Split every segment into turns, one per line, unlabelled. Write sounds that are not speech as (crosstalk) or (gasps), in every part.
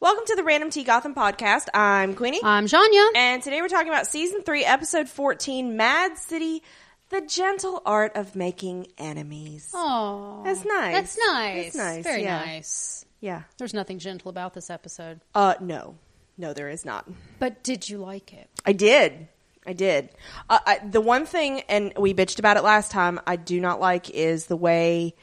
Welcome to the Random Tea Gotham podcast. I'm Queenie.
I'm Janya.
and today we're talking about season three, episode 14, Mad City, the gentle art of making enemies.
Oh,
That's nice.
That's nice.
That's nice,
Very
yeah.
nice.
Yeah.
There's nothing gentle about this episode.
Uh, no. No, there is not.
But did you like it?
I did. I did. Uh, I, the one thing, and we bitched about it last time, I do not like is the way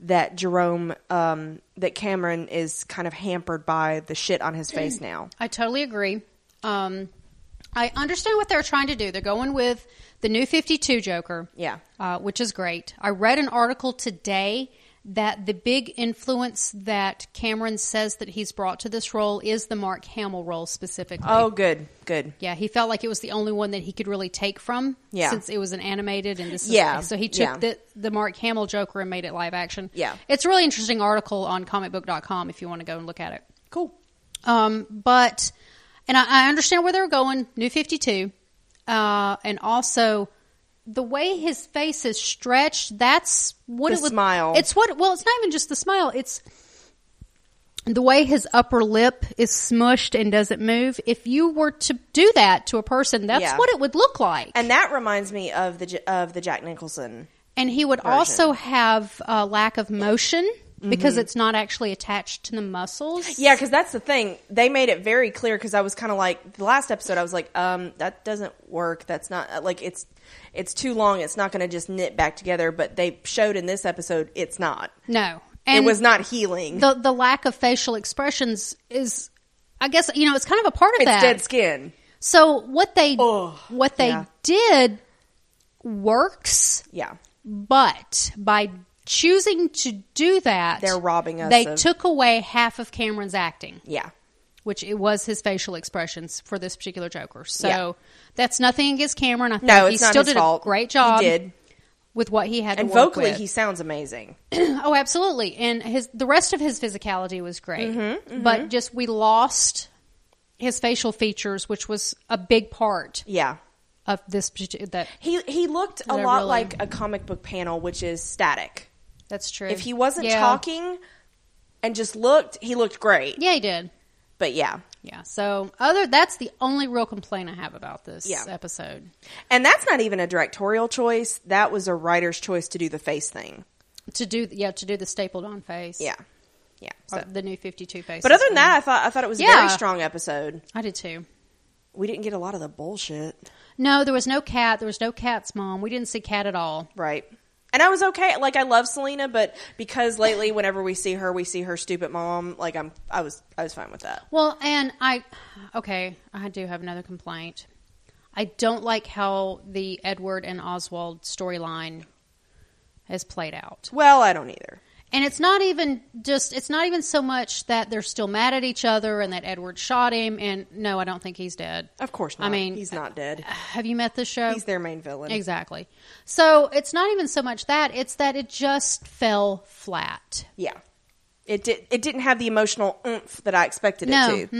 that Jerome, um, that Cameron is kind of hampered by the shit on his
(clears throat)
face now.
I totally agree. Um, I understand what they're trying to do. They're going with the new 52 Joker.
Yeah.
Uh, which is great. I read an article today that the big influence that Cameron says that he's brought to this role is the Mark Hamill role specifically.
Oh, good. Good.
Yeah, he felt like it was the only one that he could really take from.
Yeah.
Since it was an animated and this is
Yeah,
so he took
yeah.
the the Mark Hamill Joker and made it live action.
Yeah.
It's a really interesting article on comicbook.com if you want to go and look at it.
Cool.
Um, but and I, I understand where they're going, new fifty two. Uh, and also the way his face is stretched, that's what
The
it would
smile.
It's what well, it's not even just the smile, it's the way his upper lip is smushed and doesn't move, if you were to do that to a person, that's
Yeah.
what it would look like. And,
And that reminds me of the J- of the Jack Nicholson.
he would also have a lack of motion
Mm-hmm.
because it's not actually attached to the muscles.
Yeah, because that's the thing. They made it very clear. Because I was kind of like the last episode. I was like, um, that doesn't work. That's not uh, like it's it's too long. It's not going to just knit back together. But they showed in this episode, it's not.
No.
it was not healing.
the the lack of facial expressions is I guess you know it's kind of a part of
it's
that.
dead skin.
So what they
Ugh.
what they
Yeah.
did works,
Yeah,
but by choosing to do that,
They're robbing us
They
of-
took away half of Cameron's acting,
yeah.
which it was his facial expressions for this particular Joker. So
Yeah.
that's nothing against Cameron. I think
No,
he
it's not
still
his
did
fault.
a great job.
He did.
with what he had
And
to work
vocally,
with.
he sounds amazing.
Oh, absolutely. And his the rest of his physicality was great.
Mm-hmm,
But just we lost his facial features, which was a big part
Yeah,
of this parti- that
he he looked a
Did I
lot
really-
like a comic book panel, which is static.
that's true.
If he wasn't
Yeah.
talking and just looked, he looked great.
Yeah, he did.
But yeah.
Yeah. So other that's the only real complaint I have about this
Yeah.
episode.
And that's not even a directorial choice. That was a writer's choice to do the face thing.
To do yeah, to do the stapled on face.
Yeah. Yeah.
Or
So.
the new fifty two face.
But other than that, I thought I thought it was a very
Yeah.
strong episode.
I did too.
We didn't get a lot of the bullshit,
No, there was no cat. There was no cat's mom. We didn't see cat at all.
right? And I was okay. Like I love Selena, but because lately, whenever we see her, we see her stupid mom. Like I'm, I was, I was fine with that.
Well, and I, okay, I do have another complaint. I don't like how the Edward and Oswald storyline has played out.
Well, I don't either.
And it's not even just, it's not even so much that they're still mad at each other and that Edward shot him. And no, I don't think he's dead.
Of course not.
I mean,
he's not dead.
Have you met the show?
He's their main villain.
Exactly. So it's not even so much that, it's that it just fell flat.
Yeah. It did. It didn't have the emotional oomph that I expected
No,
it to.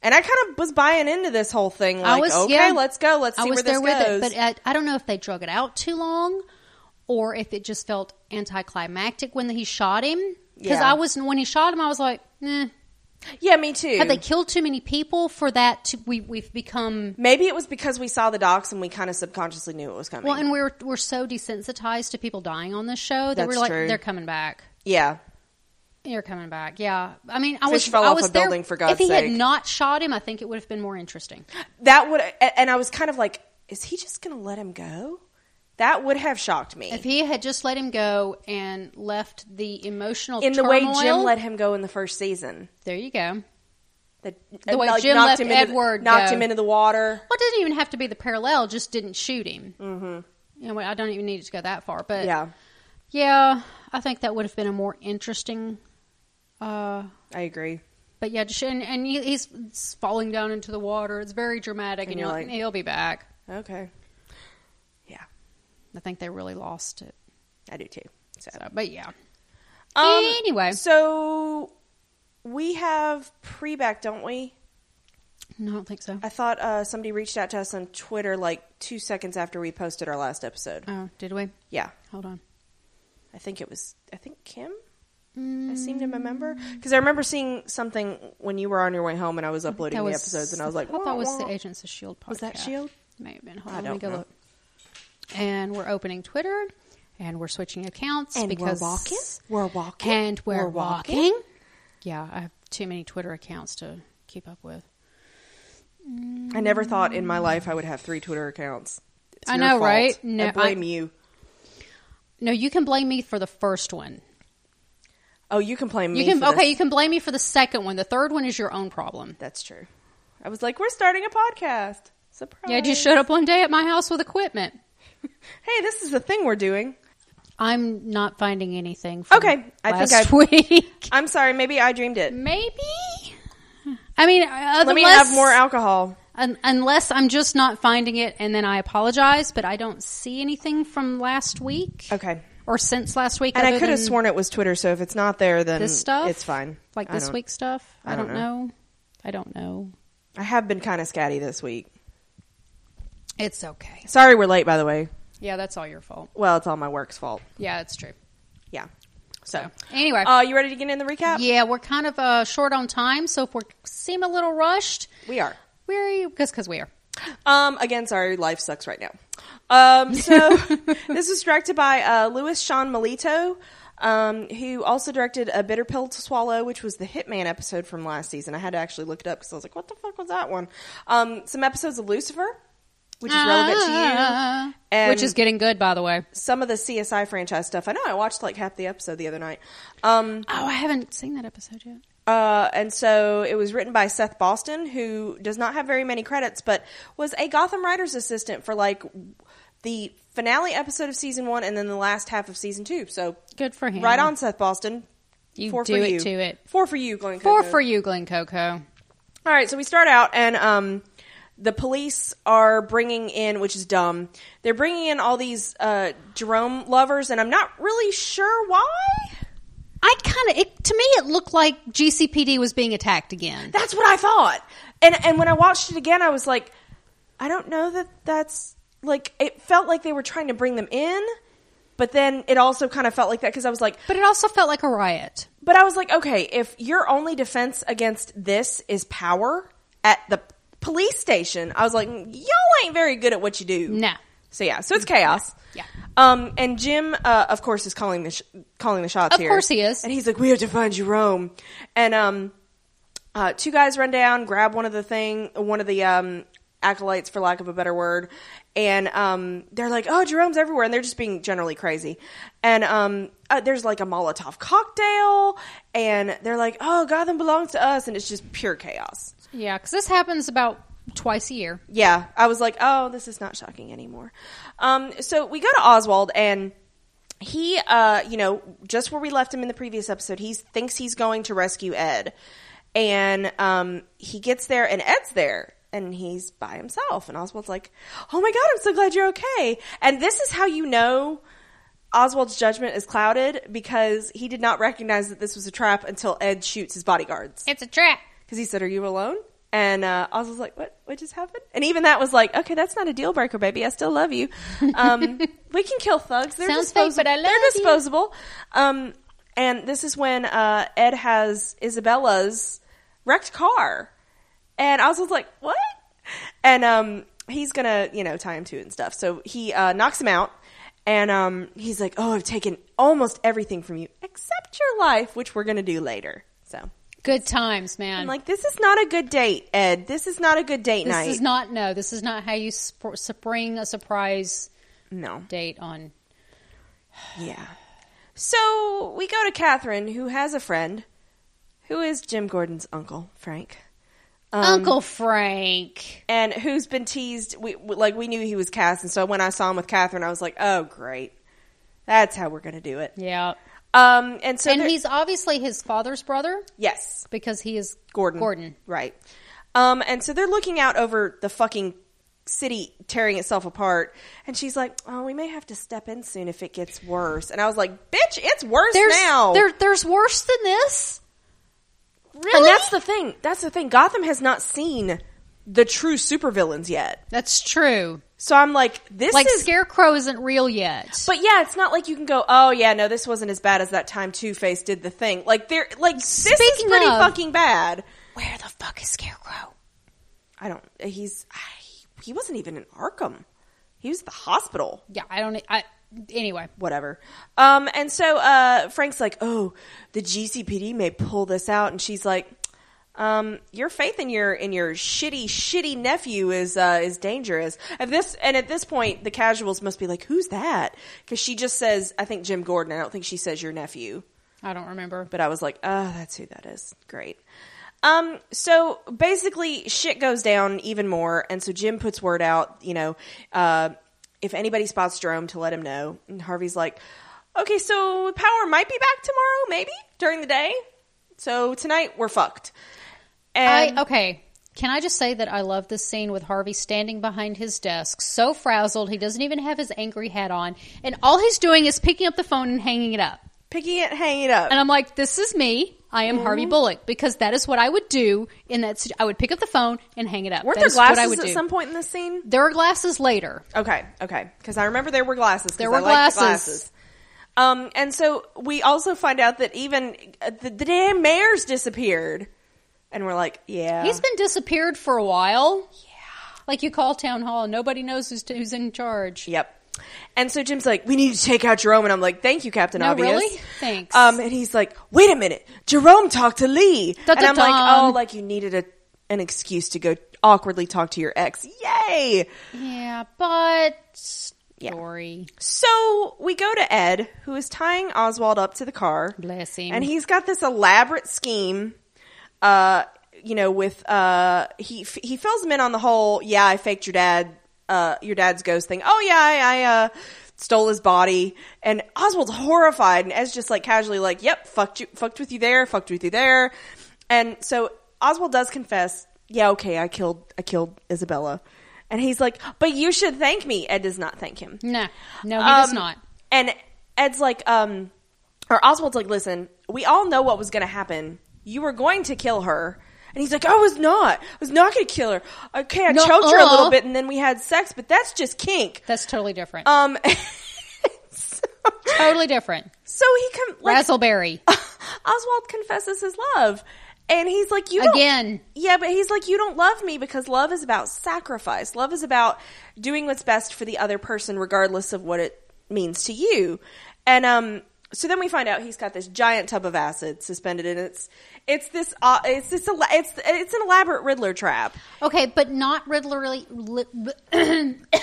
And I kind of was buying into this whole thing. Like,
I was
okay,
yeah.
let's go. Let's see
I was
where this
there with
goes.
it, but uh, I, I don't know if they drug it out too long, or if it just felt anticlimactic when he shot him. Because
Yeah.
I was when he shot him, I was like, eh.
yeah, me too.
have they killed too many people for that? To, we we've become
Maybe it was because we saw the docs and we kind of subconsciously knew it was coming.
well, and we're we're so desensitized to people dying on this show that
That's
we're like,
true.
they're coming back.
yeah,
They're coming back. Yeah, I mean, I
Fish
was
fell
I
off
was
a
there.
building, for God's
if he
sake.
had not shot him, I think it would have been more interesting.
that would. a- And I was kind of like, is he just going to let him go? That would have shocked me
If he had just let him go and left the emotional
in the way Jim
turmoil-
let him go in the first season.
there you go.
That
The way
like,
Jim
knocked
left
him into the-
Edward
knocked
go.
him into the water.
Well, it doesn't even have to be the parallel. Just didn't shoot him. Mm-hmm. You know, what, I don't even need it to go that far. But
Yeah,
yeah, I think that would have been a more interesting. Uh,
I agree.
but yeah, just, and, and he, he's falling down into the water. It's very dramatic, and,
you're
you're
like-
like, he'll be back.
Okay. Yeah,
I think they really lost it.
I do too. So.
So, but yeah,
Um,
Anyway.
so we have pre-back, don't we?
no, I don't think so.
I thought uh, somebody reached out to us on Twitter like two seconds after we posted our last episode.
Oh, did we?
Yeah,
Hold on.
I think it was. I think Kim. I
Mm.
seem to remember because I remember seeing something when you were on your way home, and I was uploading
That
the episodes, and I was like,
I thought that
"Wah,
was
wah."
the Agents of Shield E podcast.
Was that Shield?
May have been. Hold
E I
on, let me
don't
go
know.
look. And we're opening Twitter, and we're switching accounts
And we're
because
walking. We're walking.
and we're,
We're walking.
walking. Yeah, I have too many Twitter accounts to keep up with.
I never thought in my life I would have three Twitter accounts. It's
I
your
know,
fault.
right? No,
I blame
I-
you.
No, you can blame me for the first one.
Oh, you can blame me.
You can
for
okay.
this.
You can blame me for the second one. The third one is your own problem.
That's true. I was like, we're starting a podcast. Surprise!
Yeah, I just showed up one day at my house with equipment.
Hey, this is the thing we're doing.
I'm not finding anything. From
Okay, I think
last
I've-
(laughs) week.
I'm sorry. Maybe I dreamed it.
Maybe. I mean, uh, unless,
Let me have more alcohol.
un- unless I'm just not finding it, and then I apologize. But I don't see anything from last week
Okay.
or since last week.
And I
other
could have
than
sworn it was Twitter. So if it's not there, then
this stuff.
Mm, it's fine.
Like
I
this
don't-
week's stuff. I,
I
don't,
don't
know. I don't know.
I have been kind of scatty this week.
It's okay.
Sorry, we're late. By the way.
Yeah, that's all your fault.
Well, it's all my work's fault.
Yeah, it's true.
Yeah. So,
Anyway.
uh, you ready to get in the recap?
yeah, we're kind of uh, short on time, so if we seem a little rushed,
We are.
we're because because we are.
Um, again, sorry, life sucks right now. Um,
(laughs)
so this was directed by uh, Louis Sean Melito, um, who also directed A Bitter Pill to Swallow, which was the Hitman episode from last season. I had to actually look it up because I was like, what the fuck was that one? Um, some episodes of Lucifer, which is relevant to you. And
Ah. which is getting good, by the way.
some of the CSI franchise stuff. I know I watched like half the episode the other night. Um,
Oh, I haven't seen that episode yet.
uh, and so it was written by Seth Boston, who does not have very many credits, but was a Gotham writer's assistant for like the finale episode of season one and then the last half of season two. So
Good for him.
right on, Seth Boston.
You do it to it.
Four for you, Glenn.
Four
Coco.
for you, Glenn Coco.
All right, so we start out, and um, the police are bringing in, which is dumb. They're bringing in all these uh, Jerome lovers, and I'm not really sure why.
I kind of it to me it looked like GCPD was being attacked again.
That's what I thought. And and when I watched it again, I was like, I don't know that that's like it felt like they were trying to bring them in, but then it also kind of felt like that because I was like,
But it also felt like a riot.
but I was like, okay, if your only defense against this is power at the police station, I was like, "Mm, y'all ain't very good at what you do.
No.
So yeah, so it's chaos.
Yeah.
Um, and Jim, uh, of course, is calling the sh- calling the shots
Of
here.
course he is.
And he's like, "We have to find Jerome." And um, uh, two guys run down, grab one of the thing, one of the um acolytes, for lack of a better word, and um, they're like, "Oh, Jerome's everywhere," and they're just being generally crazy. And um, uh, there's like a Molotov cocktail, and they're like, "Oh, Gotham belongs to us," and it's just pure chaos.
Yeah, because this happens about twice a year.
Yeah, I was like, oh, this is not shocking anymore. Um, so we go to Oswald, and he, uh, you know, just where we left him in the previous episode, he thinks he's going to rescue Ed, and um, he gets there, and Ed's there. And he's by himself, and Oswald's like, "Oh my god, I'm so glad you're okay." And this is how you know Oswald's judgment is clouded because he did not recognize that this was a trap until Ed shoots his bodyguards
It's a trap.
because he said, "Are you alone?" And uh, Oz was like, "What? What just happened?" And even that was like, "Okay, that's not a deal breaker, baby. I still love you.
(laughs)
Um, we can kill thugs. They're
Sounds fake,
disposable.
but I love
They're
you."
disposable." Um, and this is when uh, Ed has Isabella's wrecked car, and Oz was like, "What?" And um, he's gonna, you know, tie him to it and stuff. So he uh, knocks him out. And um, he's like, "Oh, I've taken almost everything from you except your life, which we're gonna do later." So
Good times, man.
I'm like, this is not a good date, Ed. This is not a good date
this
night.
is not no. This is not how you sp- spring a surprise
no.
date on.
Yeah. So we go to Catherine, who has a friend, who is Jim Gordon's uncle, Frank,
Uncle Frank.
and who's been teased. We we- like we knew he was cast, and so when I saw him with Catherine, I was like, oh great, that's how we're gonna do it.
Yeah.
Um, and so
And
there-
he's obviously his father's brother
yes,
because he is
Gordon.
Gordon.
Right. Um, and so they're looking out over the fucking city tearing itself apart. And she's like, oh, we may have to step in soon if it gets worse. And I was like, bitch, it's worse
There's
now.
there there's worse than this. Really?
And that's the thing. That's the thing. Gotham has not seen the true supervillains yet.
That's true.
So I'm like, this
Like
is
Scarecrow isn't real yet.
But yeah, it's not like you can go, oh yeah, no, this wasn't as bad as that time Two Face did the thing. Like there, like this is
Speaking
pretty
of-
fucking bad.
where the fuck is Scarecrow?
I don't. He's (sighs) I, he wasn't even in Arkham. He was at the hospital.
Yeah, I don't. e, I anyway.
Whatever. Um, and so uh, Frank's like, oh, the GCPD may pull this out, and she's like. Um, your faith in your in your shitty shitty nephew is uh, is dangerous. At this and at this point, the casuals must be like, "Who's that?" Because she just says, "I think Jim Gordon." I don't think she says your nephew.
I don't remember.
but I was like, oh, that's who that is. Great. Um, so basically, shit goes down even more, and so Jim puts word out, you know, uh, if anybody spots Jerome, to let him know. And Harvey's like, okay, so power might be back tomorrow, maybe during the day. So tonight we're fucked. And
I okay. Can I just say that I love this scene with Harvey standing behind his desk, so frazzled he doesn't even have his angry hat on, and all he's doing is picking up the phone and hanging it up.
picking it, hanging it up.
And I'm like, this is me. I am
Mm-hmm.
Harvey Bullock because that is what I would do. In that, situ- I would pick up the phone and hang it up.
Weren't
That
there
is what I
glasses
would
at
do.
some point in this scene?
There are glasses later.
Okay, okay, because I remember there were glasses. 'cause
There were
I liked the
glasses.
glasses. Um, and so we also find out that even uh, the, the damn mayor's disappeared, and we're like, yeah,
He's been disappeared for a while. Yeah. Like you call town hall, and nobody knows who's, who's in charge.
yep. And so Jim's like, we need to take out Jerome, and I'm like, thank you, Captain
No,
Obvious.
really? Thanks.
Um, and he's like, wait a minute, Jerome talked to Lee,
Dun,
and I'm
dun,
like,
dun.
oh, like you needed a an excuse to go awkwardly talk to your ex. Yay!
Yeah, but story.
So we go to Ed, who is tying Oswald up to the car.
Bless him.
And he's got this elaborate scheme, uh, you know, with uh, he f- he fills him in on the whole. Yeah, I faked your dad, uh, your dad's ghost thing. Oh yeah, I, I uh, stole his body. And Oswald's horrified, and Ed's just like casually like, "Yep, fucked you, fucked with you there, fucked with you there." And so Oswald does confess. Yeah, okay, I killed, I killed Isabella. And he's like, "But you should thank me." Ed does not thank him.
Nah, no, he does
Um,
not.
And Ed's like, um, or Oswald's like, listen, we all know what was going to happen. You were going to kill her. And he's like, I was not. I was not going to kill her. Okay, I
No,
choked her a
uh.
little bit and then we had sex, but that's just kink.
That's totally different.
Um, (laughs) so,
totally different.
(laughs) so he com- like,
Razzleberry.
(laughs) Oswald confesses his love. And he's like, you don't-
Again.
yeah, but he's like, you don't love me because love is about sacrifice. Love is about doing what's best for the other person, regardless of what it means to you. And um, so then we find out he's got this giant tub of acid suspended, and it's it's this uh, it's this ela- it's it's an elaborate Riddler trap,
Okay, but not riddlerly. Li-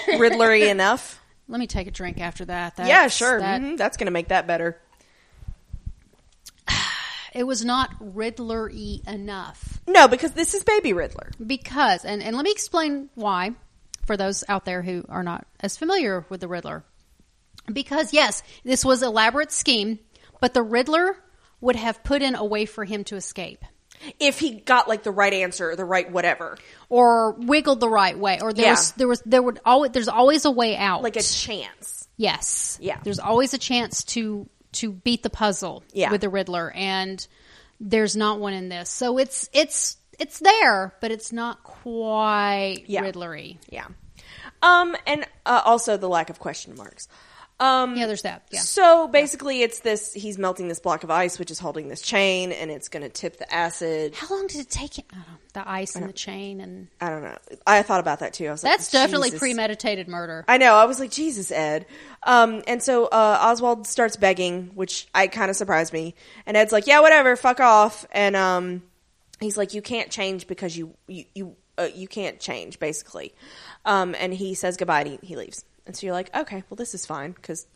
Riddlery enough.
Let me take a drink after that. That's,
yeah, sure,
that-
hmm that's gonna make that better.
It was not riddlery enough
No, because this is Baby Riddler.
because, and, and let me explain why for those out there who are not as familiar with the Riddler. Because yes, this was elaborate scheme, but the Riddler would have put in a way for him to escape.
If he got like the right answer, or the right whatever,
or wiggled the right way or there
Yeah.
was there was there would always there's always a way out
like a chance.
yes
Yeah.
there's always a chance to to beat the puzzle
Yeah.
with the riddler and there's not one in this so it's it's it's there but it's not quite
Yeah.
riddlery
Yeah. Um, and uh, also the lack of question marks. Um,
yeah there's that yeah
So basically, it's this. He's melting this block of ice, which is holding this chain, and it's going to tip the acid.
how long did it take him? I don't know, the ice and the chain, and
I don't know. I thought about that too. I was
that's
like,
definitely
Jesus.
premeditated murder.
I know. I was like, Jesus, Ed. Um, and so uh, Oswald starts begging, which I kind of surprised me. And Ed's like, Yeah, whatever, fuck off. And um, he's like, You can't change because you you you uh, you can't change, basically. Um, and he says goodbye and he, he leaves. And so you're like, Okay, well, this is fine because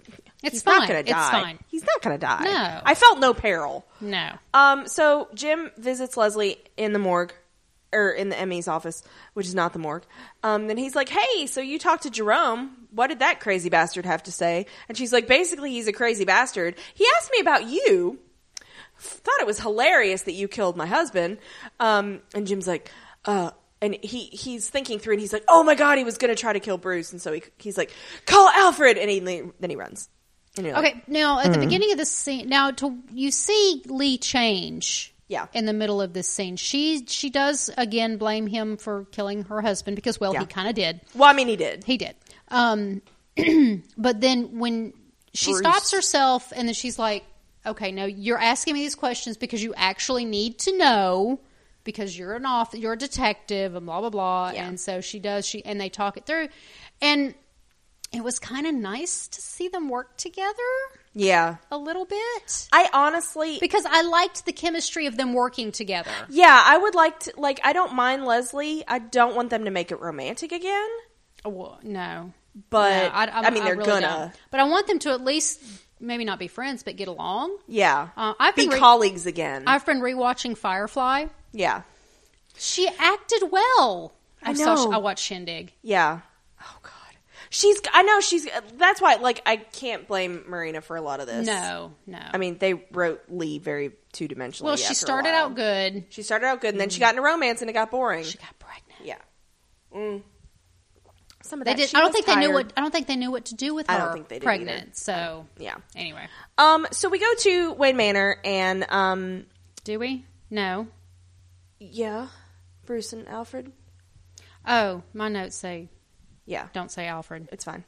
It's
he's
fine.
Not gonna
It's
die.
fine.
He's not gonna die.
No.
I felt no peril.
No,
Um, so Jim visits Leslie in the morgue or in the Emmy's office, which is not the morgue. Um, then he's like, "Hey, so you talked to Jerome? What did that crazy bastard have to say?" And she's like, "Basically, he's a crazy bastard. He asked me about you. Thought it was hilarious that you killed my husband." Um, and Jim's like, "Uh." And he, he's thinking through, and he's like, "Oh my god, he was gonna try to kill Bruce," and so he, he's like, "Call Alfred," and he le- then he runs. And you're like,
Okay, now at the beginning of this scene, now to you see Lee change.
Yeah.
In the middle of this scene, she she does again blame him for killing her husband because well
Yeah.
he kind of did.
Well, I mean, he did.
He did. Um, (clears throat) but then when she
Bruce.
stops herself and then she's like, okay, no, you're asking me these questions because you actually need to know because you're an off, you're a detective and blah, blah, blah.
Yeah.
And so she does, she, and they talk it through. And it was kind of nice to see them work together
Yeah.
a little bit
I honestly
because I liked the chemistry of them working together.
Yeah, I would like to like I don't mind Leslie. I don't want them to make it romantic again. Oh,
Well, no,
But,
No,
I mean, they're gonna.
But I want them to at least maybe not be friends, but get along.
Yeah.
Uh, I've
Be
been re-
colleagues again.
I've been rewatching Firefly.
yeah.
She acted well.
I
saw-
know.
I watched Shindig.
Yeah. Oh god. She's I know she's that's why like I can't blame Marina for a lot of this.
No, no.
I mean, they wrote Lee very two-dimensionally.
well,
after
she
a
started
while.
out good.
She started out good and then she got into romance and it got boring.
She got pregnant.
yeah. Mm. Some of
They
that
did.
she
I don't
was
think they knew
tired.
what. I don't think they knew what to do with her.
I don't think they did
pregnant.
either.
So
Yeah.
anyway,
Um so we go to Wayne Manor and um
do we? No.
Yeah. Bruce and Alfred.
Oh, my notes say
Yeah.
don't say Alfred.
It's fine.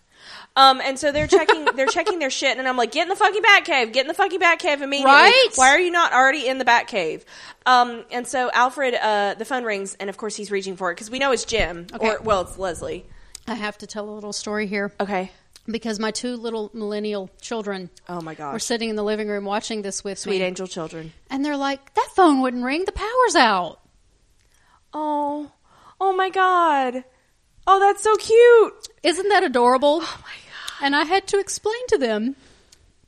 Um, and so they're
(laughs)
checking they're checking their shit and I'm like, get in the fucking bat cave, get in the fucking bat cave immediately.
Right?
Why are you not already in the bat cave? Um, and so Alfred uh, the phone rings and of course he's reaching for it because we know it's Jim.
Okay.
Or well it's Leslie.
I have to tell a little story here.
Okay.
because my two little millennial children
Oh my
were
gosh.
sitting in the living room watching this with
Sweet
me,
angel children.
and they're like, "That phone wouldn't ring. The power's out."
Oh. Oh my god. Oh, that's so cute.
Isn't that adorable? Oh my god! And I had to explain to them,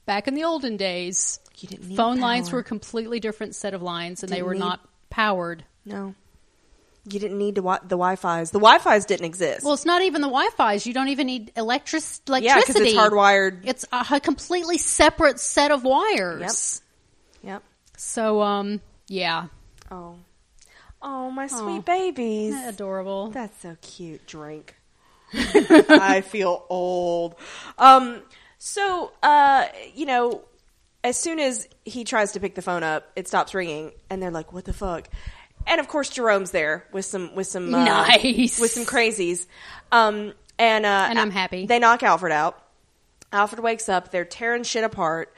back in the olden days,
You didn't need
phone lines
power.
were a completely different set of lines, and they
Didn't
were
need-
not powered.
No. You didn't need to wa- the Wi-Fi's. The Wi-Fi's didn't exist.
Well, it's not even the Wi-Fi's. You don't even need electric
yeah, because
electricity.
it's hardwired.
It's a h- completely separate set of wires.
Yep.
So, um, yeah,
Oh. Oh, my
sweet
sweet babies.
Isn't that adorable.
That's so cute.
(laughs)
Drink. I feel old. Um so uh you know as soon as he tries to pick the phone up, it stops ringing and they're like what the fuck? And of course Jerome's there with some with some uh,
Nice.
with some crazies. Um and uh
And I'm happy.
They knock Alfred out. Alfred wakes up, they're tearing shit apart.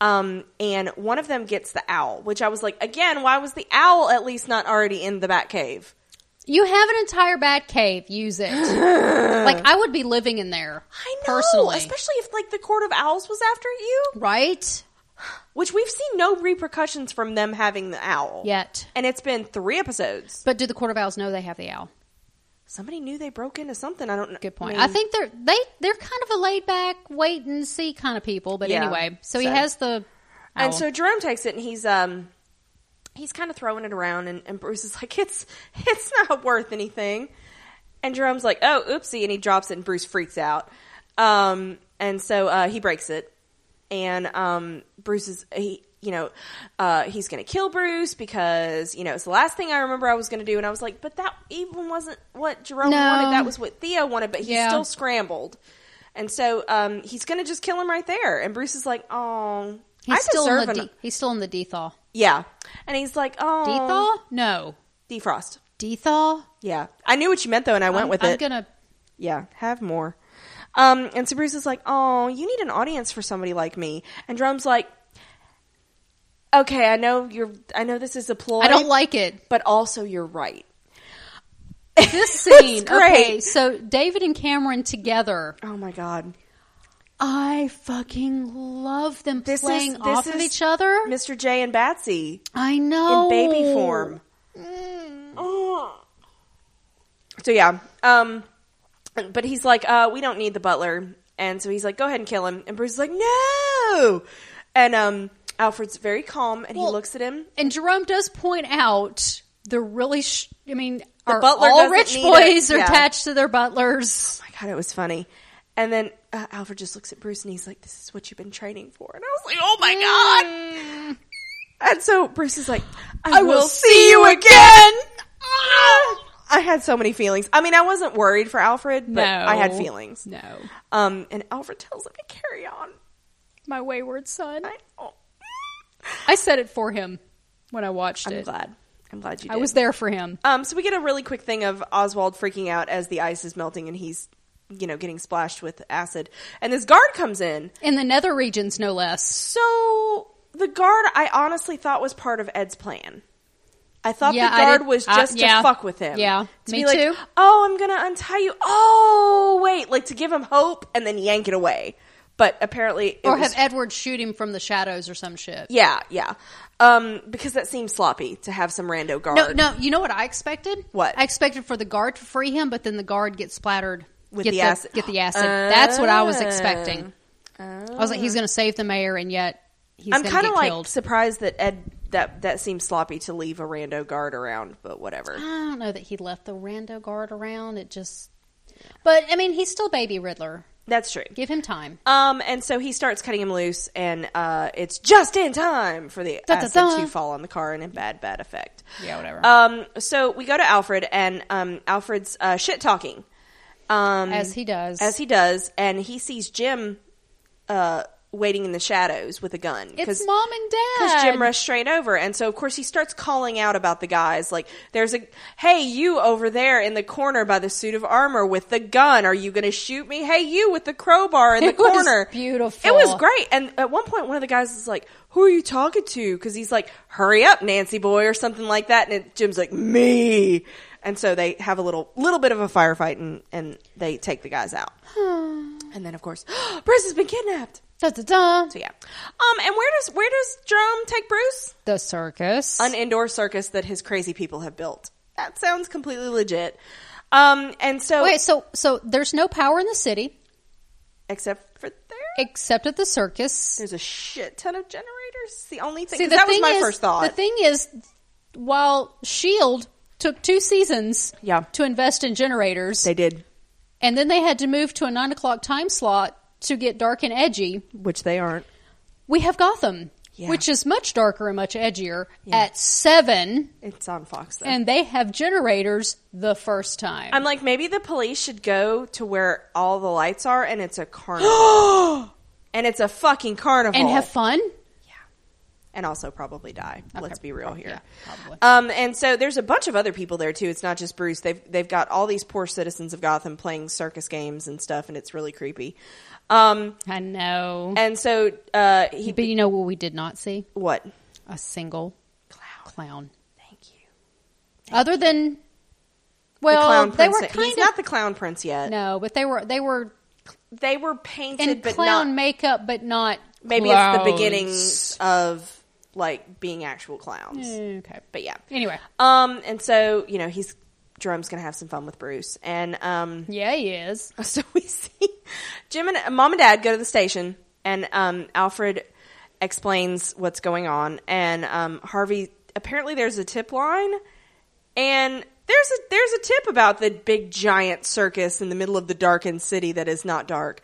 Um, and one of them gets the owl, which I was like, again, why was the owl at least not already in the Batcave?
You have an entire bat cave. Use
(sighs)
it. like I would be living in there.
I know,
personally,
especially if like the Court of Owls was after you,
right?
which we've seen no repercussions from them having the owl
Yet,
and it's been three episodes.
but do the court of owls know they have the owl?
Somebody knew they broke into something. I don't know.
Good point.
mean,
I think they're they they're kind of a laid back, wait and see kind of people. But
Yeah.
anyway, so he
So-
has the owl.
And so Jerome takes it and he's um he's kind of throwing it around and, and Bruce is (laughs) like, It's it's not worth anything. And Jerome's like, Oh, oopsie, and he drops it and Bruce freaks out. Um and so uh he breaks it. And um Bruce is he you know, uh, he's going to kill Bruce because you know it's the last thing I remember I was going to do, and I was like, "But that even wasn't what Jerome
No.
wanted. That was what Theo wanted." But he
Yeah.
still scrambled, and so um, he's going to just kill him right there. And Bruce is like, "Oh,
he's
I
still in
deserve
the
an
D, he's still in the dethaw.
yeah. And he's like, oh.
Dethaw? No,
Defrost.
dethaw.
Yeah. I knew what you meant though, and I went
I'm,
with
I'm
it.
gonna.
yeah. Have more. Um, and so Bruce is like, oh, you need an audience for somebody like me. And Drum's like, okay, I know you're, I know this is a ploy.
I don't
(laughs)
like it.
but also you're right.
This scene.
great.
Okay, so David and Cameron together.
Oh my God.
I fucking love them
This
playing
is, this
off
is
of each other.
Mr. J and Batsy
I
in
know.
baby form. Oh. So yeah. Um, but he's like, uh, we don't need the butler. And so he's like, go ahead and kill him. And Bruce is like, no. And, um, Alfred's very calm and
Well,
he looks at him.
And Jerome does point out the really, sh- I mean, are
butler
all
doesn't
rich
need
boys
it.
are
Yeah.
attached to their butlers.
Oh my God, it was funny. And then uh, Alfred just looks at Bruce and he's like, this is what you've been training for. And I was like, oh my God. And so Bruce is like, I, will, see you again. Ah! I had so many feelings. I mean, I wasn't worried for Alfred, but I had feelings.
No.
Um, and Alfred tells him to carry on.
My wayward son.
I, oh,
I said it for him when I watched
I'm
it.
glad. I'm glad you did.
I was there for him.
Um, so we get a really quick thing of Oswald freaking out as the ice is melting and he's you know, getting splashed with acid. And this guard comes in.
In the nether regions, no less.
So the guard, I honestly thought was part of Ed's plan. I thought
Yeah,
the
I
guard
did-
was
I-
just
yeah.
to fuck with him.
Yeah,
to
me
be like,
too.
Oh, I'm gonna untie you. Oh, wait, like to give him hope and then yank it away. But apparently, it
Or
was-
have Edward shoot him from the shadows or some shit.
yeah, yeah, um, because that seems sloppy to have some rando guard.
No, no. You know what I expected?
What?
I expected for the guard to free him, but then the guard gets splattered
With
get
the acid.
Get the acid. That's what I was
Oh.
expecting. I was like, he's going to save the mayor, and yet he's
I'm
going to
kind
get
of like
killed.
surprised that Ed that that seems sloppy to leave a rando guard around, but whatever.
I don't know that he left the rando guard around. It just, but I mean, he's still baby Riddler.
That's true.
Give him time.
Um, and so he starts cutting him loose, and uh, it's just in time for the
Da, da,
acid
da.
to fall on the car and in bad, bad effect.
Yeah, whatever.
Um, so we go to Alfred, and um, Alfred's uh, shit talking, um,
As he does.
as he does, and he sees Jim uh, waiting in the shadows with a gun.
it's
'cause-
mom and
because
dad.
Jim rushed straight over, and so of course he starts calling out about the guys. Like, "There's a hey, you over there in the corner by the suit of armor with the gun. Are you going to shoot me? Hey, you with the crowbar
(laughs)
in the
It was
corner.
beautiful.
It was great. And at one point, one of the guys is like, "Who are you talking to?" Because he's like, "Hurry up, Nancy boy," or something like that. And it, Jim's like, "Me." And so they have a little little bit of a firefight, and and they take the guys
(sighs)
out. and then of course, (gasps) Bruce has been kidnapped.
Da, da, da.
So yeah. Um, and where does where does Jerome take Bruce?
The circus.
an indoor circus that his crazy people have built. That sounds completely legit. Um, and so,
Wait, so so there's no power in the city
except for there,
except at the circus.
there's a shit ton of generators. It's The only thing
See, the
that
thing
was my
is,
first
the
thought.
thing is, while Shield E took two seasons,
Yeah.
to invest in generators,
they did,
and then they had to move to a nine o'clock time slot to get dark and edgy.
which they aren't.
We have Gotham,
Yeah.
which is much darker and much edgier at seven,
It's on Fox though.
and they have generators the first time.
I'm like, maybe the police should go to where all the lights are, and (gasps) it's a carnival, and it's a fucking carnival,
and have fun.
Yeah. And also probably die. Let's be real here.
Yeah, probably.
Um, and so there's a bunch of other people there too. It's not just Bruce. They've they've got all these poor citizens of Gotham playing circus games and stuff, and it's really creepy. Um,
I know,
and so uh, he
but you know what we did not see?
what?
A single clown.
Thank you.
other than
The
well,
clown
they
prince.
were
he's
kind
not
of
the clown prince yet.
no, but they were they were
They were painted,
in
but
clown
not.
makeup, but not
Maybe it's the
clowns.
beginnings of like being actual clowns.
Okay,
But yeah.
anyway,
Um, and so you know he's Jerome's gonna have some fun with Bruce, and um,
yeah, he is.
So we (laughs) see Jim and mom and dad go to the station, and um, Alfred explains what's going on, and um, Harvey apparently there's a tip line, and there's a there's a tip about the big giant circus in the middle of the darkened city that is not dark,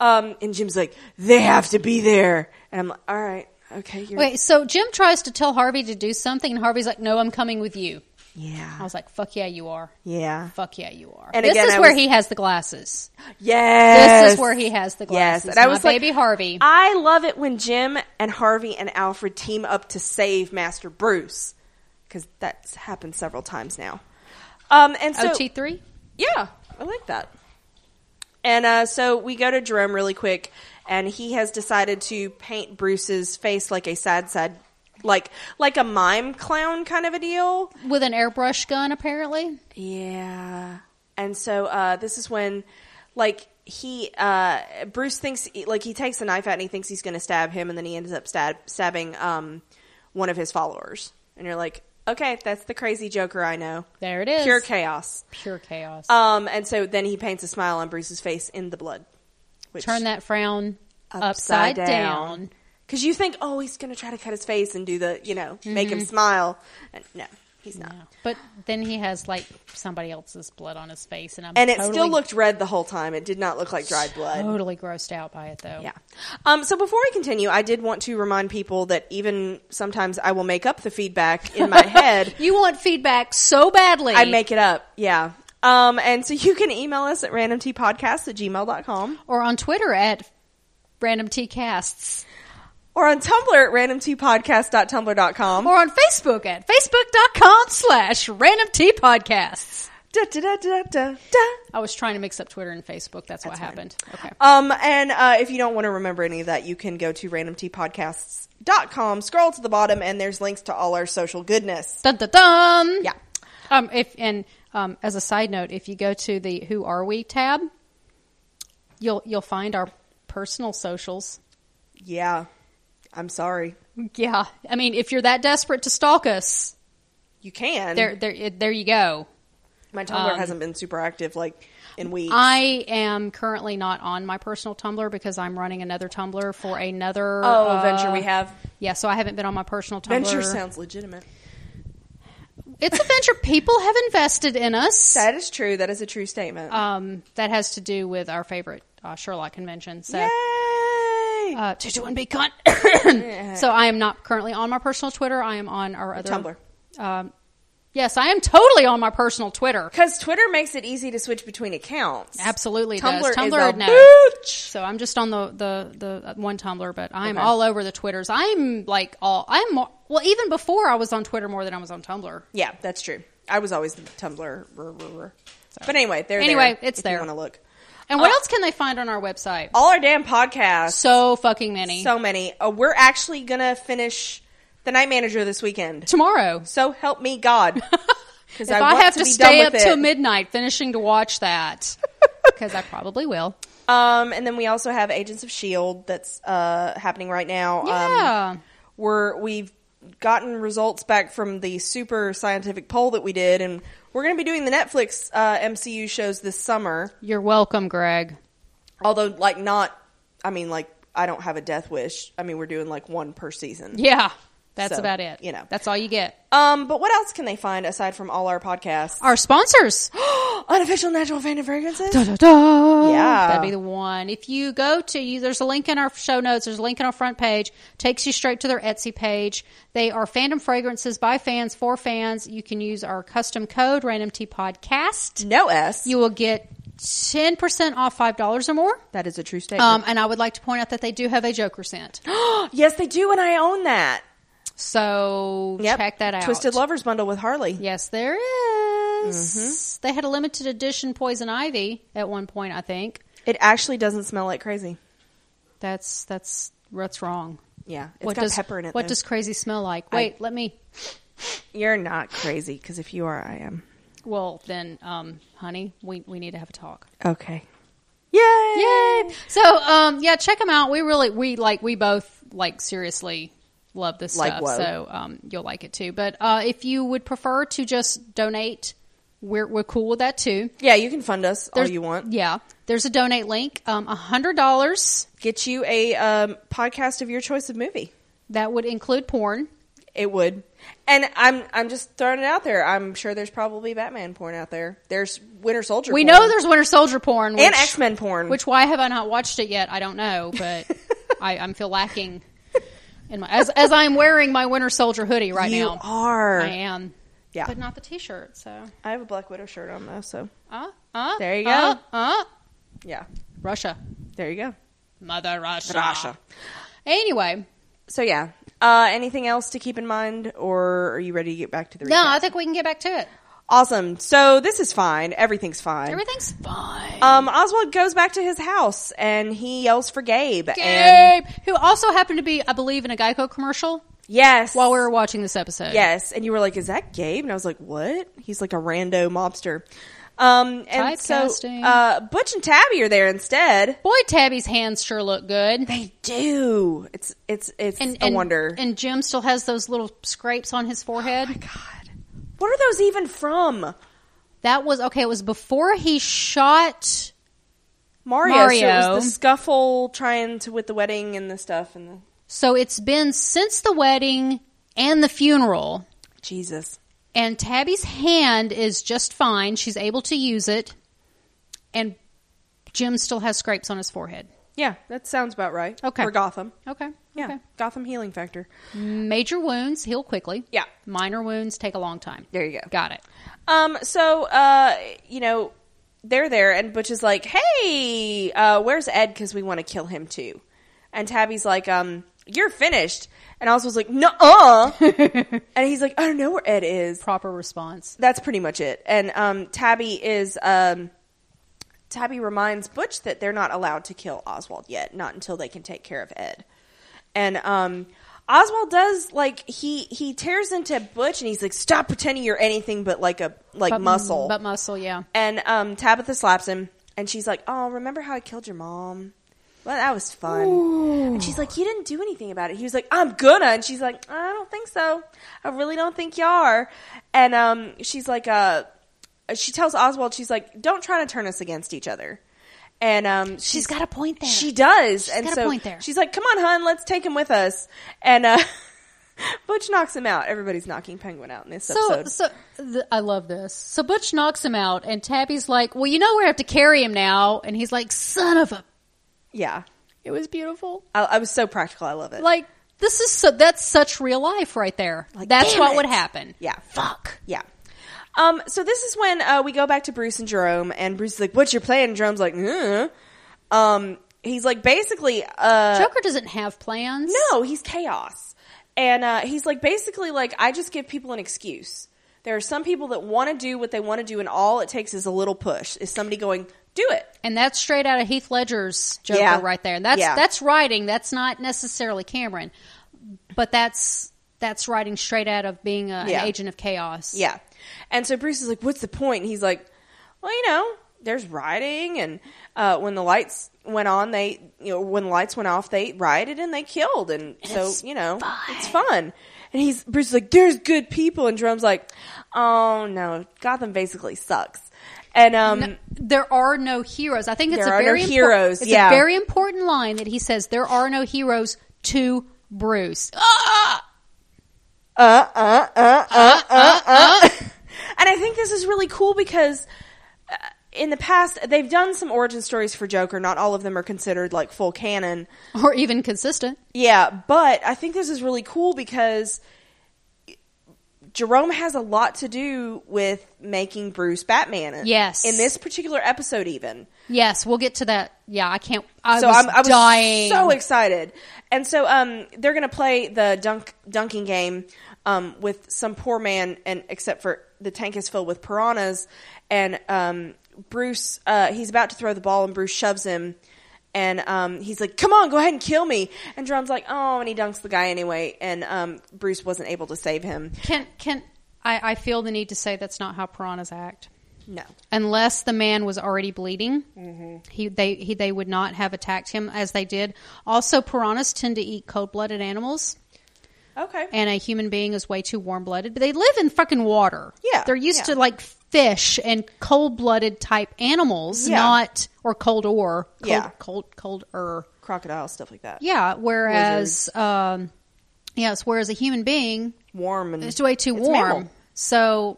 um, and Jim's like they have to be there, and I'm like all right. Okay, you're,
Wait, so Jim tries to tell Harvey to do something, and Harvey's like, "No, I'm coming with you." I
yeah,
was like, "Fuck yeah, you are."
yeah,
Fuck yeah, you are.
And
this
again,
is
I
where
was-
he has the glasses.
yes.
This is where he has the
Yes,
glasses.
and I
My
was like,
baby Harvey.
I love it when Jim and Harvey and Alfred team up to save Master Bruce because that's happened several times now. Um, and so
OT three.
yeah, I like that. And uh, so we go to Jerome really quick, and he has decided to paint Bruce's face like a sad, sad, like like a mime clown kind of a deal.
With an airbrush gun, apparently.
Yeah. And so uh, this is when, like, he uh, Bruce thinks like he takes the knife out and he thinks he's going to stab him, and then he ends up stab stabbing um, one of his followers. And you're like, okay, that's the crazy Joker I know.
There it is.
Pure chaos.
Pure chaos.
Um, and so then he paints a smile on Bruce's face in the blood. Which
Turn that frown upside, down.
Because you think, oh, he's going to try to cut his face and do the, you know, make
Mm-hmm.
him smile. And no, he's not.
Yeah. But then he has like somebody else's blood on his face, and I'm
And it
totally,
still looked red the whole time. It did not look like dried blood.
totally grossed out by it though.
Yeah. Um, so before we continue, I did want to remind people that even sometimes I will make up the feedback (laughs) in my head.
You want feedback so badly.
I make it up. Yeah. Um, and so you can email us at randomtpodcast at gmail.com
or on Twitter at random tea casts
or on Tumblr at randomtpodcast.tumblr.com.
or on Facebook at facebook.com slash random tea podcasts.
Da, da, da, da, da, da.
I was trying to mix up Twitter and Facebook. That's, what
fine.
happened. Okay.
Um, and uh, if you don't want to remember any of that, you can go to randomtpodcasts.com, scroll to the bottom, and there's links to all our social goodness.
Dun dun dun.
Yeah.
Um, if and um, as a side note, if you go to the "Who Are We" tab, you'll you'll find our personal socials.
Yeah. I'm sorry.
Yeah, I mean, if you're that desperate to stalk us,
You can.
there there it- there you go.
My Tumblr hasn't been super active like in weeks.
I am currently not on my personal Tumblr because I'm running another Tumblr for another
oh,
uh,
venture we have.
Yeah, so I haven't been on my personal Tumblr.
Venture sounds legitimate.
It's a venture. People have invested in us.
That is true. That is a true statement.
um, that has to do with our favorite uh, Sherlock convention. So.
Yay!
uh, to do and be con.
(coughs)
(coughs) so I am not currently on my personal Twitter. I am on our other
Tumblr.
Um, yes, I am totally on my personal Twitter.
Because Twitter makes it easy to switch between accounts.
Absolutely, it
Tumblr,
does. Tumblr,
is a
no.
bitch.
So I'm just on the the the one Tumblr, but I'm
Okay.
all over the Twitters. I'm like all I'm more, well even before I was on Twitter more than I was on Tumblr.
Yeah, that's true. I was always the Tumblr. rrr, rrr, rrr. But anyway, there.
Anyway,
there,
it's
if
there.
You want to look?
And what
Uh,
else can they find on our website?
All our damn podcasts.
So fucking many.
So many. Uh, we're actually gonna finish the night manager this weekend.
Tomorrow,
So help me
(laughs)
God. Because
if I, have to, stay up till
it.
midnight finishing to
(laughs)
watch that, because I probably will.
Um, and then we also have Agents of Shield E that's uh, happening right now.
Yeah.
Um, we're we've gotten results back from the super scientific poll that we did, and we're going to be doing the Netflix uh, MCU shows this summer.
You're welcome, Greg.
Although, like, not. I mean, like, I don't have a death wish. I mean, we're doing like one per season.
Yeah, that's
So,
about it.
you know.
that's all you get.
Um, but what else can they find aside from all our podcasts?
(gasps)
(gasps)
Our sponsors.
Unofficial natural fan and fragrances. Yeah.
Yeah, that'd be the one. If you go to you, there's a link in our show notes. There's a link on our front page. Takes you straight to their Etsy page. They are fandom fragrances by fans for fans. You can use our custom code Random Tea Podcast.
No S.
You will get ten percent off five dollars or more.
that is a true statement.
Um, and I would like to point out that they do have a Joker scent. (gasps)
Um, (gasps) yes, they do, and I own that.
So
Yep.
check that out.
Twisted Lovers bundle with Harley.
Yes, there
Mm-hmm.
is. They had a limited edition poison ivy at one point. I think
It actually doesn't smell like crazy.
that's that's what's wrong.
Yeah, it's
what
got
does
pepper in it.
What
though.
does crazy smell like? Wait, let me.
You're not crazy because if you are, I am.
Well, then, um, honey, we we need to have a talk.
Okay. Yay!
Yay! So, um, yeah, check them out. We really we like we both like seriously love this
Like
stuff.
what?
So, um, you'll like it too. But uh, if you would prefer to just donate, we're we're cool with that too.
Yeah, you can fund us all
There's-
Oh, you want.
Yeah, there's a donate link. Um, a hundred dollars.
Get you a um, podcast of your choice of movie.
That would include porn.
It would. And I'm I'm just throwing it out there. I'm sure there's probably Batman porn out there. There's Winter Soldier.
We
porn.
know there's Winter Soldier porn which,
and X Men porn.
Which why have I not watched it yet? I don't know,
(laughs)
but I, I'm feel lacking in my as as I'm wearing my Winter Soldier hoodie right
you
now.
are.
I am,
Yeah.
but not the T-shirt. So,
I have a Black Widow shirt on though, so
uh, uh,
There you
uh,
go.
Uh,
yeah.
Russia,
There you go.
Mother Russia.
Russia.
Anyway,
So yeah. Uh, anything else to keep in mind, or are you ready to get back to the?
no,
recap?
I think we can get back to it.
Awesome. So this is fine. Everything's fine.
Everything's fine.
um, Oswald goes back to his house and he yells for Gabe. And
Gabe, who also happened to be, I believe, in a Geico commercial
yes.
while we were watching this episode.
yes. And you were like, "Is that Gabe?" And I was like, "What?" He's like a rando mobster. Um, and so
Typecasting.
uh, Butch and Tabby are there instead.
Boy, Tabby's hands sure look good.
They do. It's it's it's
and,
a
and-
wonder.
And Jim still has those little scrapes on his forehead.
God, what are those even from?
that was okay. It was before he shot.
Mario. So it
Mario.
was the scuffle trying to with the wedding and the stuff and the
So it's been since the wedding and the funeral.
Jesus.
And Tabby's hand is just fine. She's able to use it. And Jim still has scrapes on his forehead.
Yeah, that sounds about right.
Okay.
For Gotham.
Okay.
Yeah.
Okay.
Gotham healing factor.
Major wounds heal quickly.
Yeah.
Minor wounds take a long time.
There you go.
Got it.
Um, so, uh, you know, they're there, and Butch is like, hey, uh, where's Ed? Because we want to kill him too. And Tabby's like, um, you're finished. And Oz was like, (laughs) nuh-uh. and he's like, I don't know where Ed is.
Proper response.
That's pretty much it. And um, Tabby is, um, Tabby reminds Butch that they're not allowed to kill Oswald yet, not until they can take care of Ed. And um, Oswald does like he he tears into Butch and he's like, stop pretending you're anything but like a like
But-
muscle.
Mm, But muscle, yeah.
And um, Tabitha slaps him, and she's like, "Oh, remember how I killed your mom? Well, that was fun." And she's like, "You didn't do anything about it." He was like, "I'm gonna," and she's like, "I don't think so. I really don't think you are." And um, she's like, "Uh," she tells Oswald, "She's like, don't try to turn us against each other." And um,
She's got a point there.
She does, and
got a
so
point there.
she's like, "Come on, hun, let's take him with us." And uh, (laughs) Butch knocks him out. Everybody's knocking Penguin out in this
So,
episode.
so th- I love this. So Butch knocks him out, and Tabby's like, "Well, you know, we have to carry him now." And he's like, "Son of a!"
Yeah,
It was beautiful.
I, I was so practical. I love it.
Like this is so. That's such real life right there. that's
damn
what
it.
would happen.
Yeah.
Fuck.
Yeah. Um, so this is when uh, we go back to Bruce and Jerome, and Bruce is like, "What's your plan?" And Jerome's like, "Nuh." "Um, he's like basically, uh,
Joker doesn't have plans.
no, he's chaos, and uh, he's like basically like I just give people an excuse. There are some people that want to do what they want to do, and all it takes is a little push. Is somebody going, "Do it."
And that's straight out of Heath Ledger's Joker
Yeah.
right there. That's
Yeah.
that's writing. That's not necessarily Cameron, but that's that's writing straight out of being a,
Yeah.
an agent of chaos.
Yeah. And so Bruce is like, what's the point? And he's like, well, you know, there's rioting. And uh, when the lights went on, they, you know, when the lights went off, they rioted and they killed. And so,
It's
you know, it's fun. And he's, Bruce is like, there's good people. And Jerome's like, oh no, Gotham basically sucks. And, um,
there are no heroes. I think it's
There
a
are no
very impor-
heroes,
it's
yeah.
a very important line that he says. There are no heroes to Bruce. (laughs) Ah!
And I think this is really cool because uh, in the past, they've done some origin stories for Joker. Not all of them are considered like full canon.
Or even consistent.
Yeah, but I think this is really cool because Jerome has a lot to do with making Bruce Batman.
Yes.
In this particular episode, even.
Yes, we'll get to that. Yeah, I can't. I,
so
was,
I'm, I was
dying.
so excited. And so um, they're going to play the dunk dunking game um, with some poor man, and except for the tank is filled with piranhas. And um, Bruce, uh, he's about to throw the ball, and Bruce shoves him. And um, he's like, "Come on, go ahead and kill me." And Drum's like, "Oh," and he dunks the guy anyway. And um, Bruce wasn't able to save him.
can can I, I feel the need to say that's not how piranhas act.
No,
Unless the man was already bleeding,
Mm-hmm.
he they he they would not have attacked him as they did. Also, piranhas tend to eat cold blooded animals.
okay,
and a human being is way too warm blooded. But they live in fucking water.
Yeah,
They're used
yeah.
to like fish and cold blooded type animals,
Yeah.
not or cold or cold,
Yeah.
cold cold er.
crocodile stuff like that.
Yeah. Whereas um yes, whereas a human being
Warm and
is way too
it's a
warm.
mammal.
So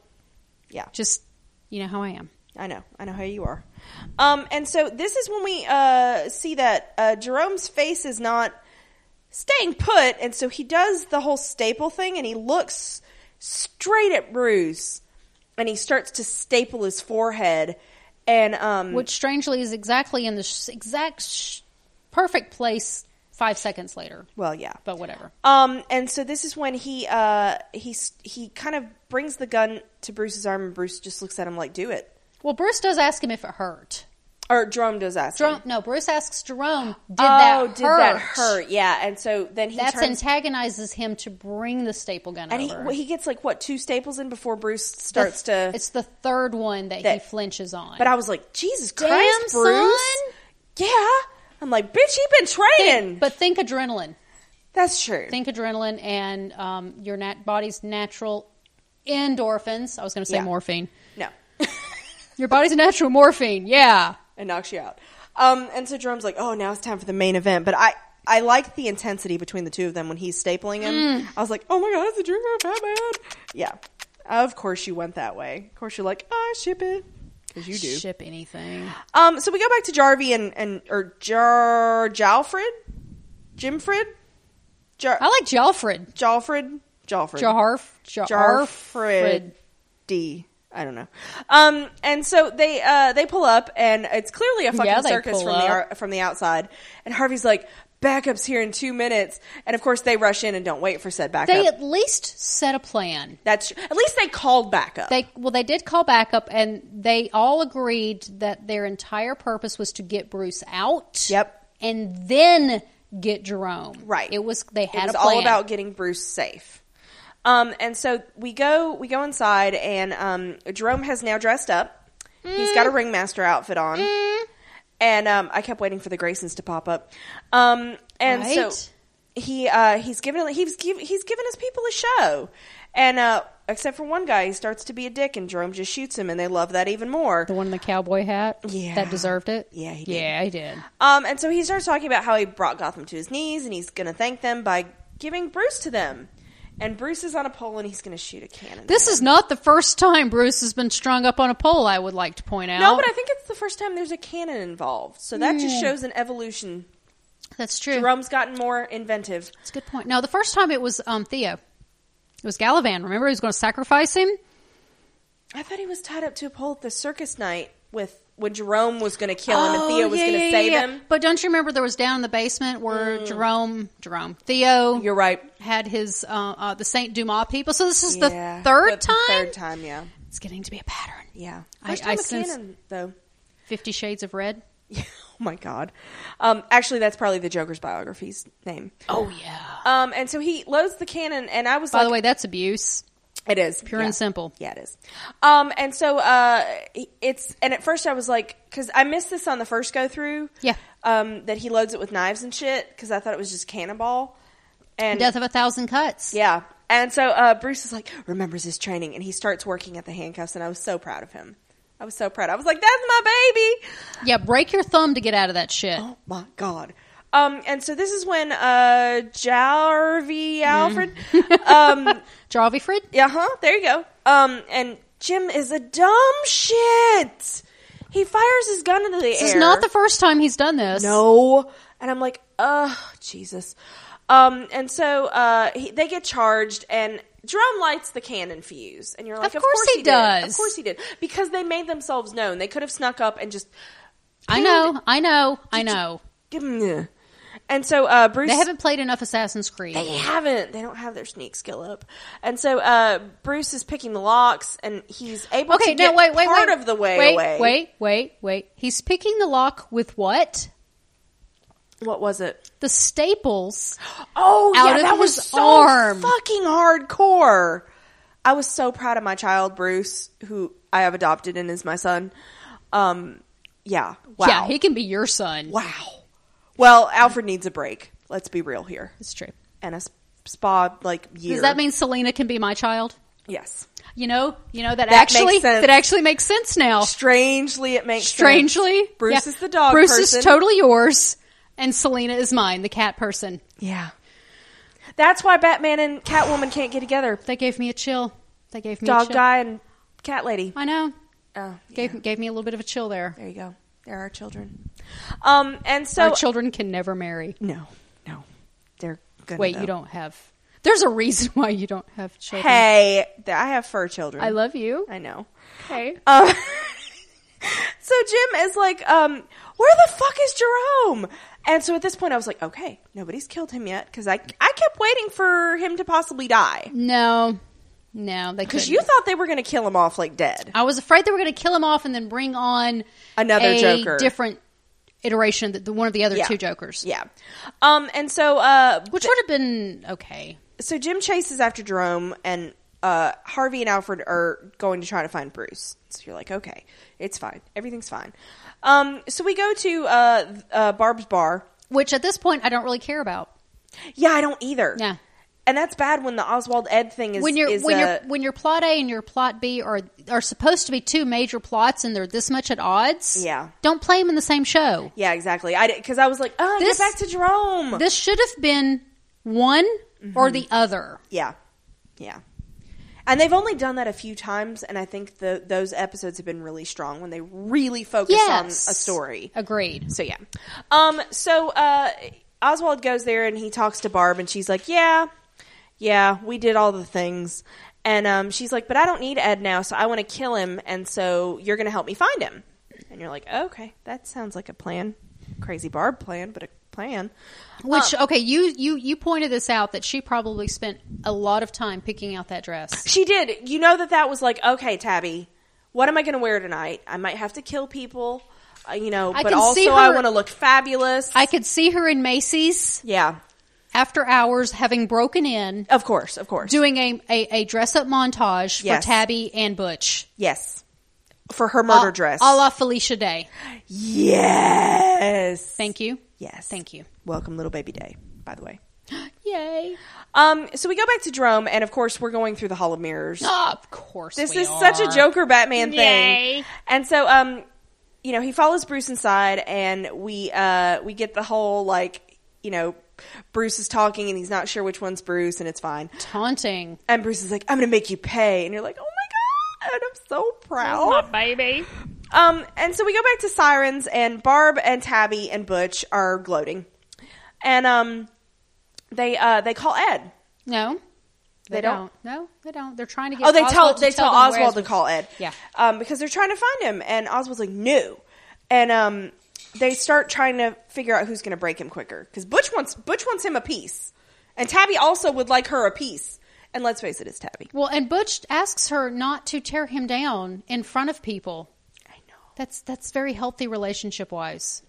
Yeah,
just you know how I am.
I know. I know how you are. Um, and so this is when we uh, see that uh, Jerome's face is not staying put, and so he does the whole staple thing, and he looks straight at Bruce, and he starts to staple his forehead, and um,
Which strangely is exactly in the sh- exact sh- perfect place five seconds later.
well, yeah,
But whatever.
Um, and so this is when he uh, he s- he kind of brings the gun to Bruce's arm, and Bruce just looks at him like, "Do it."
Well, Bruce does ask him if it hurt.
Or Jerome does ask. him.
Jerome, no, Bruce asks Jerome, "Did
oh,
that
did that hurt? Yeah, and so then he
That
turns
antagonizes him to bring the staple gun
And he,
over.
well, he gets like what two staples in before Bruce
The th-
starts to.
It's the third one that, he
That-
flinches on.
but I was like, Jesus
Damn,
Christ, Bruce!
son.
Yeah, I'm like, bitch, he been training.
But think adrenaline.
That's true.
Think adrenaline and um, your nat- body's natural endorphins. I was going to say
Yeah.
morphine.
no,
Your body's natural morphine. Yeah.
it knocks you out. Um, and so Jerome's like, oh, now it's time for the main event. But I, I like the intensity between the two of them when he's stapling him.
Mm.
I was like, oh my god, it's a dream of Batman. Yeah, of course you went that way. Of course you're like, I ship it because you do.
Ship anything.
Um, so we go back to Jarvey and and or Jar Jalfred, Jimfred, Jar.
I like Jalfred.
Jalfred, Jalfred,
Jarf.
Jarfred D. I don't know. Um, and so they uh, they pull up, and it's clearly a fucking
Yeah, they
circus
pull
from the
up.
ar- from the outside. And Harvey's like, backup's here in two minutes. And of course, they rush in and don't wait for said backup.
They at least set a plan.
That's at least they called backup.
They well, they did call backup, and they all agreed that their entire purpose was to get Bruce out.
Yep.
And then get Jerome.
Right.
It was they had
it was
a plan.
all about getting Bruce safe. Um, and so we go we go inside, and um, Jerome has now dressed up. He's
Mm.
got a ringmaster outfit on, and um, I kept waiting for the Graysons to pop up. Um, and
Right.
so he uh, he's given he's giv he's given his people a show, and uh, except for one guy, he starts to be a dick, and Jerome just shoots him, and they love that even more.
the one in the cowboy hat.
Yeah.
That deserved it.
Yeah, he did.
Yeah, he did.
Um, and so he starts talking about how he brought Gotham to his knees, and he's going to thank them by giving Bruce to them. And Bruce is on a pole, and he's going to shoot a cannon.
This is not the first time Bruce has been strung up on a pole. I would like to point out.
no, but I think it's the first time there's a cannon involved, so that just shows an evolution.
that's true.
Jerome's gotten more inventive.
That's a good point. No, the first time it was um, Theo. It was Gallivan. Remember, he was going to sacrifice him.
I thought he was tied up to a pole at the circus night with when Jerome was going to kill him,
Oh,
and Theo was going to save him. Mm.
But don't you remember there was down in the basement where Jerome, Jerome, Theo
You're right.
had his uh, uh, the Saint Dumas people. So this is
Yeah.
the third
The
time.
Third time, yeah,
It's getting to be a pattern.
yeah.
I-
First
I
time a
sense-
cannon, though. (laughs)
Fifty Shades of Red.
Yeah. Oh my god. Um, actually, that's probably the Joker's biography's name.
Oh yeah.
Um, and so he loads the cannon, and I was
By
like,
the way, that's abuse,
"It is
pure
yeah.
and simple.
Yeah, it is. Um, and so uh, it's and at first I was like, because I missed this on the first go through.
Yeah.
Um, that he loads it with knives and shit because I thought it was just cannonball. And
Death of a Thousand Cuts.
yeah, and so uh, Bruce is like remembers his training, and he starts working at the handcuffs, and I was so proud of him. I was so proud. I was like, "That's my baby."
Yeah, break your thumb to get out of that shit.
Oh my god. Um, and so this is when uh,
Mm.
Jarvie Alfred um,
Jarvie Frid.
Yeah, huh? Uh-huh, There you go. Um, and Jim is a dumb shit. He fires his gun into the air.
This is not the first time he's done this.
no. And I'm like, ugh, Jesus. Um, and so uh, he, they get charged, and Jerome lights the cannon fuse, and you're like, of,
course he
did. Of
does.
course he did, because they made themselves known. They could have snuck up and just.
I know, I know, I know.
And so uh, Bruce.
They haven't played enough Assassin's Creed.
They haven't. They don't have their sneak skill up, and so uh, Bruce is picking the locks, and he's able
Okay,
to
no,
get
wait, wait,
part
wait.
of the way
wait,
away.
Wait, wait, wait. He's picking the lock with what?
What was it?
The staples.
Oh,
Out
yeah,
of
that was
his
so
arm.
fucking hardcore. I was so proud of my child, Bruce, who I have adopted and is my son. Um, yeah, wow,
Yeah, he can be your son.
wow. Well, Alfred needs a break. Let's be real here,
It's true.
and a s- spa like year.
Does that mean Selena can be my child?
yes?
You know, you know that,
That
actually
makes sense.
that actually makes sense now.
Strangely, it makes sense.
Strangely,
Bruce
yeah.
is the dog.
Bruce
person.
is totally yours, and Selena is mine, the cat person.
Yeah. That's why Batman and Catwoman can't get together.
They gave me a chill. They gave me a
Dog
chill.
guy and cat lady.
I know.
Oh,
Gave gave me a little bit of a chill there.
there you go. There are children. Um, and so
Our children can never marry.
no, no, they're good.
Wait, you don't have. There's a reason why you don't have children.
Hey, th- I have fur children.
I love you.
I know.
Okay.
Um, (laughs) so Jim is like, um, where the fuck is Jerome? And so at this point, I was like, okay, nobody's killed him yet because I I kept waiting for him to possibly die
No, no, they
because
couldn't.
you thought they were going to kill him off like dead.
I was afraid they were going to kill him off and then bring on
Another
a
Joker.
different iteration, the, the one of the other
Yeah.
two Jokers,
Yeah. Um, and so uh,
which would have been okay.
so Jim chases after Jerome, and uh, Harvey and Alfred are going to try to find Bruce. So you're like, okay, it's fine, everything's fine. Um, so we go to uh, th- uh, Barb's bar.
Which at this point I don't really care about.
Yeah, I don't either.
Yeah.
And that's bad when the Oswald Ed thing is
When you're
is,
when
uh,
you're when your plot A and your plot B are are supposed to be two major plots and they're this much at odds.
Yeah.
Don't play them in the same show.
yeah exactly. I because I was like, oh,
This-
get back to Jerome.
This should have been one
Mm-hmm.
or the other.
yeah, yeah. And they've only done that a few times, and I think the those episodes have been really strong when they really focus on a
Yes.
story.
Agreed.
So yeah. Um. So uh, Oswald goes there and he talks to Barb, and she's like, "Yeah, yeah, we did all the things." And um, she's like, "But I don't need Ed now, so I want to kill him, and so you're going to help me find him." And you're like, "Okay, that sounds like a plan, crazy Barb plan, but a plan.
Which okay, you you you pointed this out that she probably spent a lot of time picking out that dress.
She did. You know that that was like, okay, Tabby, what am I going to wear tonight? I might have to kill people, uh, you know,
I
but
can
also
see
I
her-
want to look fabulous.
I could see her in Macy's
yeah,
after hours having broken in
of course, of course.
doing a a, a dress up montage
Yes.
for Tabby and Butch.
yes. For her murder
A-
dress.
A la Felicia Day.
yes.
Thank you.
Yes.
Thank you.
Welcome, Little Baby Day, by the way.
Yay.
Um, so we go back to Drome, and of course, we're going through the Hall of Mirrors.
of course.
This
we
is such a
are.
Joker Batman thing.
Yay.
And so, um, you know, he follows Bruce inside, and we uh, we get the whole like, you know, Bruce is talking, and he's not sure which one's Bruce, and it's fine.
Taunting.
And Bruce is like, "I'm gonna make you pay," and you're like, "Oh my god, I'm so proud."
Oh baby.
Um, and so we go back to Sirens, and Barb and Tabby and Butch are gloating, and um, they uh, they call Ed.
No. They,
They
don't.
don't?
No, they don't. They're trying to get
Oh, they tell
Oswald to
they tell,
them where
Oswald to
his-
call Ed.
Yeah.
um, because they're trying to find him, and Oswald's like, "No," and um, they start trying to figure out who's going to break him quicker because Butch wants Butch wants him a piece, and Tabby also would like her a piece. And let's face it, it's Tabby.
Well, and Butch asks her not to tear him down in front of people.
I know.
That's that's very healthy relationship wise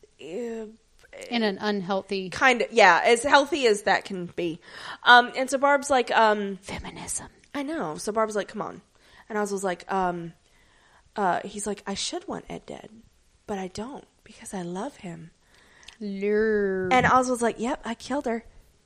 in an unhealthy
kind of, yeah, as healthy as that can be. Um, and so Barb's like, um,
feminism.
I know. So Barb's like, come on. And Oz was like, um, uh, he's like, I should want Ed dead, but I don't because I love him.
Lure.
And Oz was like, yep, I killed her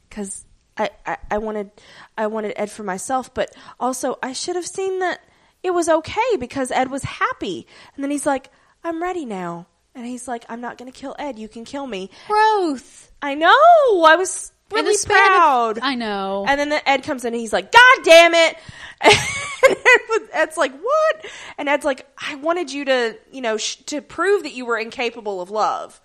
because I, I, I wanted, I wanted Ed for myself, but also I should have seen that it was okay because Ed was happy. And then he's like, I'm ready now. And he's like, I'm not going to kill Ed. You can kill me.
growth.
I know. I was
In the
really
span of-
proud.
I know.
And then the Ed comes in and he's like, God damn it. (laughs) And Ed was- Ed's like, what? And Ed's like, I wanted you to, you know, sh- to prove that you were incapable of love.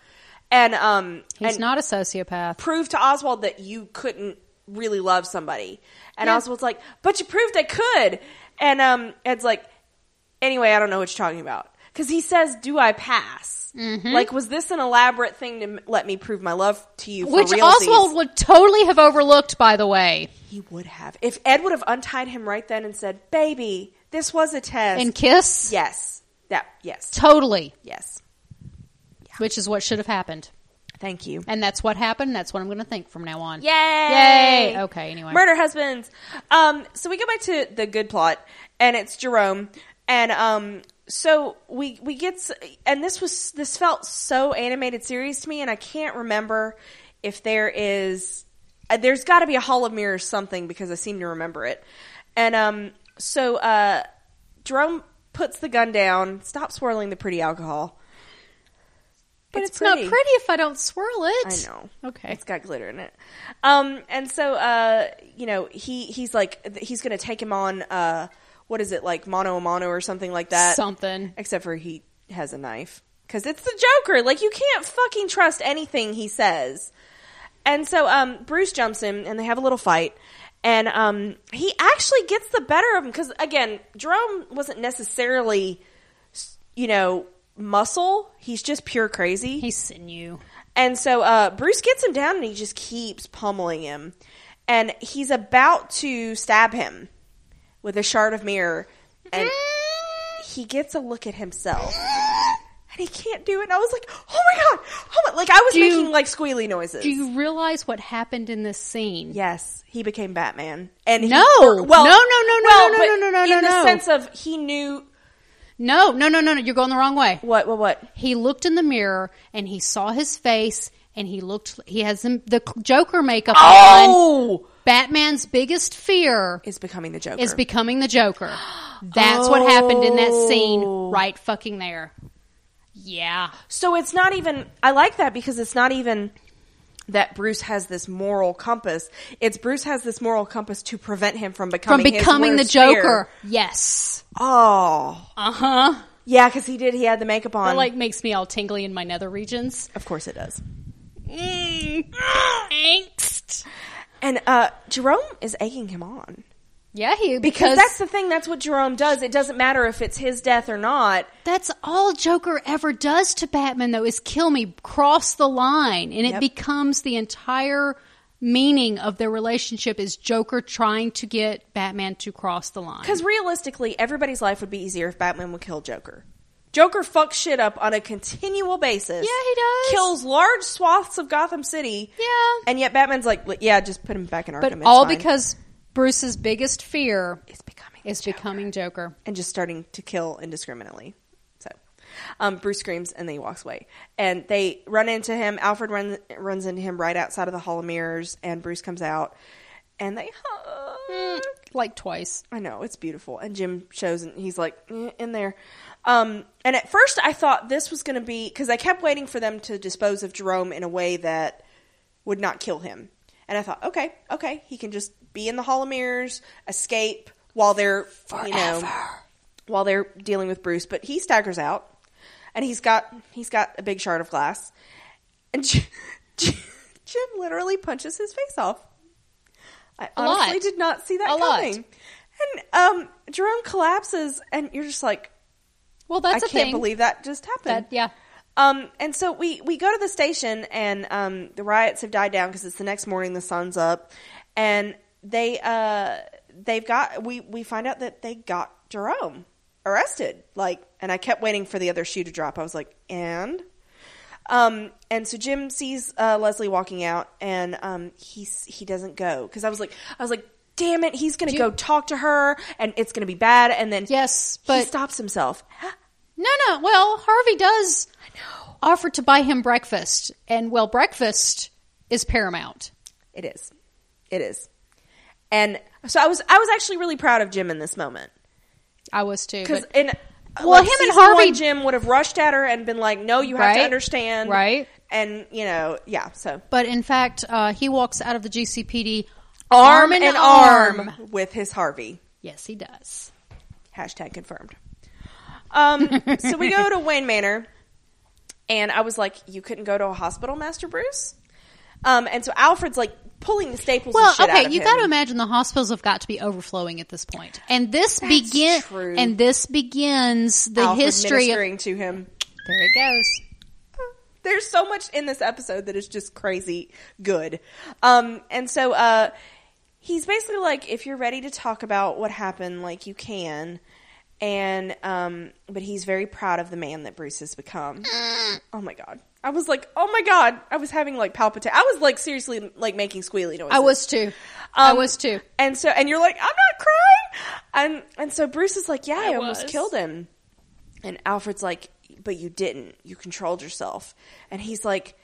And, um,
He's
and
not a sociopath.
prove to Oswald that you couldn't really love somebody. And
Yeah.
Oswald's like, but you proved I could. And, um, Ed's like, anyway, I don't know what you're talking about. Cause he says, do I pass?
Mm-hmm.
Like, was this an elaborate thing to m- let me prove my love to you? For
Which
realsies?
Oswald would totally have overlooked, by the way,
He would have. If Ed would have untied him right then and said, "Baby, this was a test."
and kiss.
yes. That yes.
Totally.
Yes.
Which is what should have happened.
Thank you.
And that's what happened. That's what I'm going to think from now on.
Yay!
Yay! Okay, anyway.
Murder husbands. Um so we go back to the good plot and it's Jerome and um so we we get s- and this was this felt so animated series to me and I can't remember if there is uh, there's got to be a Hall of Mirrors something because I seem to remember it. And um so uh Jerome puts the gun down, stops swirling the pretty alcohol.
But it's, not pretty if I don't swirl it.
I know.
Okay.
It's got glitter in it. Um, and so, uh, you know, he, he's like, th- he's going to take him on, uh, what is it, like mono a mono or something like that?
Something.
Except for he has a knife. Because it's the Joker. Like, you can't fucking trust anything he says. And so, um, Bruce jumps him and they have a little fight. And, um, he actually gets the better of him. Because, again, Jerome wasn't necessarily, s- you know, muscle. He's just pure crazy.
He's sinew.
And so uh, Bruce gets him down and he just keeps pummeling him. And he's about to stab him with a shard of mirror. And he gets a look at himself. And he can't do it. And I was like, oh my God. Oh my, like, I was
Do you-
making like squealy noises.
Do you realize what happened in this scene?
Yes, he became Batman. And he-
No.
or-
No, no, no, no, no,
but
no, no, no, no, no,
In the
no.
sense of he knew
No, no, no, no, no. You're going the wrong way.
what, what, what?
He looked in the mirror and he saw his face and he looked, he has the, the Joker makeup on.
Oh,
Batman's biggest fear
is becoming the Joker.
is becoming the Joker. (gasps) That's what happened in that scene
Oh.
right fucking there. Yeah.
So it's not even. I like that because it's not even that Bruce has this moral compass. It's Bruce has this moral compass to prevent him from
From
becoming his
becoming the
worst
Joker.
fear.
Yes.
Oh,
Uh huh.
yeah, because he did. He had the makeup on.
That like makes me all tingly in my nether regions.
of course it does.
Angst.
And uh, Jerome is egging him on.
Yeah, he
Because
because,
that's the thing. That's what Jerome does. It doesn't matter if it's his death or not.
that's all Joker ever does to Batman though is kill me, cross the line, and it
Yep.
becomes the entire meaning of their relationship is Joker trying to get Batman to cross the line.
Because realistically, everybody's life would be easier if Batman would kill Joker. Joker fucks shit up on a continual basis.
Yeah, he does.
Kills large swaths of Gotham City.
Yeah.
And yet Batman's like, "Li- yeah, just put him back in Arkham.
but
it's
all
fine."
because Bruce's biggest fear
it's becoming
is
Joker.
becoming Joker.
and just starting to kill indiscriminately. So, um, Bruce screams and then he walks away. And they run into him. Alfred run, runs into him right outside of the Hall of Mirrors, and Bruce comes out and they hug.
Like twice.
I know it's beautiful. And Jim shows and he's like "Eh, in there. Um, and at first, I thought this was going to be because I kept waiting for them to dispose of Jerome in a way that would not kill him. And I thought, okay, okay, he can just be in the Hall of Mirrors, escape while they're you know while they're dealing with Bruce. But he staggers out, and he's got he's got a big shard of glass, and Jim, (laughs) Jim literally punches his face off. I
A
honestly
lot.
did not see that
A lot.
coming. And um, Jerome collapses, and you're just like,
Well, that's
I
a
can't
thing.
believe that just happened.
That- yeah.
Um, and so we we go to the station, and um, the riots have died down because it's the next morning, the sun's up, and they uh they've got we we find out that they got Jerome arrested. Like, and I kept waiting for the other shoe to drop. I was like, and. Um, and so Jim sees uh, Leslie walking out, and um, he's he doesn't go because I was like I was like, damn it, he's gonna
Do you-
go talk to her, and it's gonna be bad. And then
Yes,
he
but-
stops himself.
No, no. Well, Harvey does offer to buy him breakfast, and well, breakfast is paramount.
It is. It is. And so I was I was actually really proud of Jim in this moment
I was too.
because
but-
in
Well, him and
season
Harvey-
one, Jim would have rushed at her and been like, "No, you have to
Right.
understand,
Right.
And you know, yeah. So
But in fact, uh, he walks out of the GCPD
arm in arm, with his Harvey.
Yes, he does.
Hashtag
(laughs)
confirmed. Um, so we go to Wayne Manor, and I was like, "You couldn't go to a hospital, Master Bruce." Um, and so Alfred's like pulling the staples.
Well,
and shit out
okay,
of
you
him.
got to imagine the hospitals have got to be overflowing at this point, and this begin
true.
and this begins the
Alfred
history. Of,
ministering to him.
there it goes.
There's so much in this episode that is just crazy good. Um, and so uh, he's basically like, if you're ready to talk about what happened, like you can. And um, but he's very proud of the man that Bruce has become. oh my god. I was like, oh my god! I was having like palpitate. I was like seriously like making squealy noises.
I was too. I
Um,
was too.
And so, and you're like, I'm not crying. And and so Bruce is like, Yeah, I,
I
almost
was.
killed him. And Alfred's like, But you didn't. You controlled yourself. And he's like,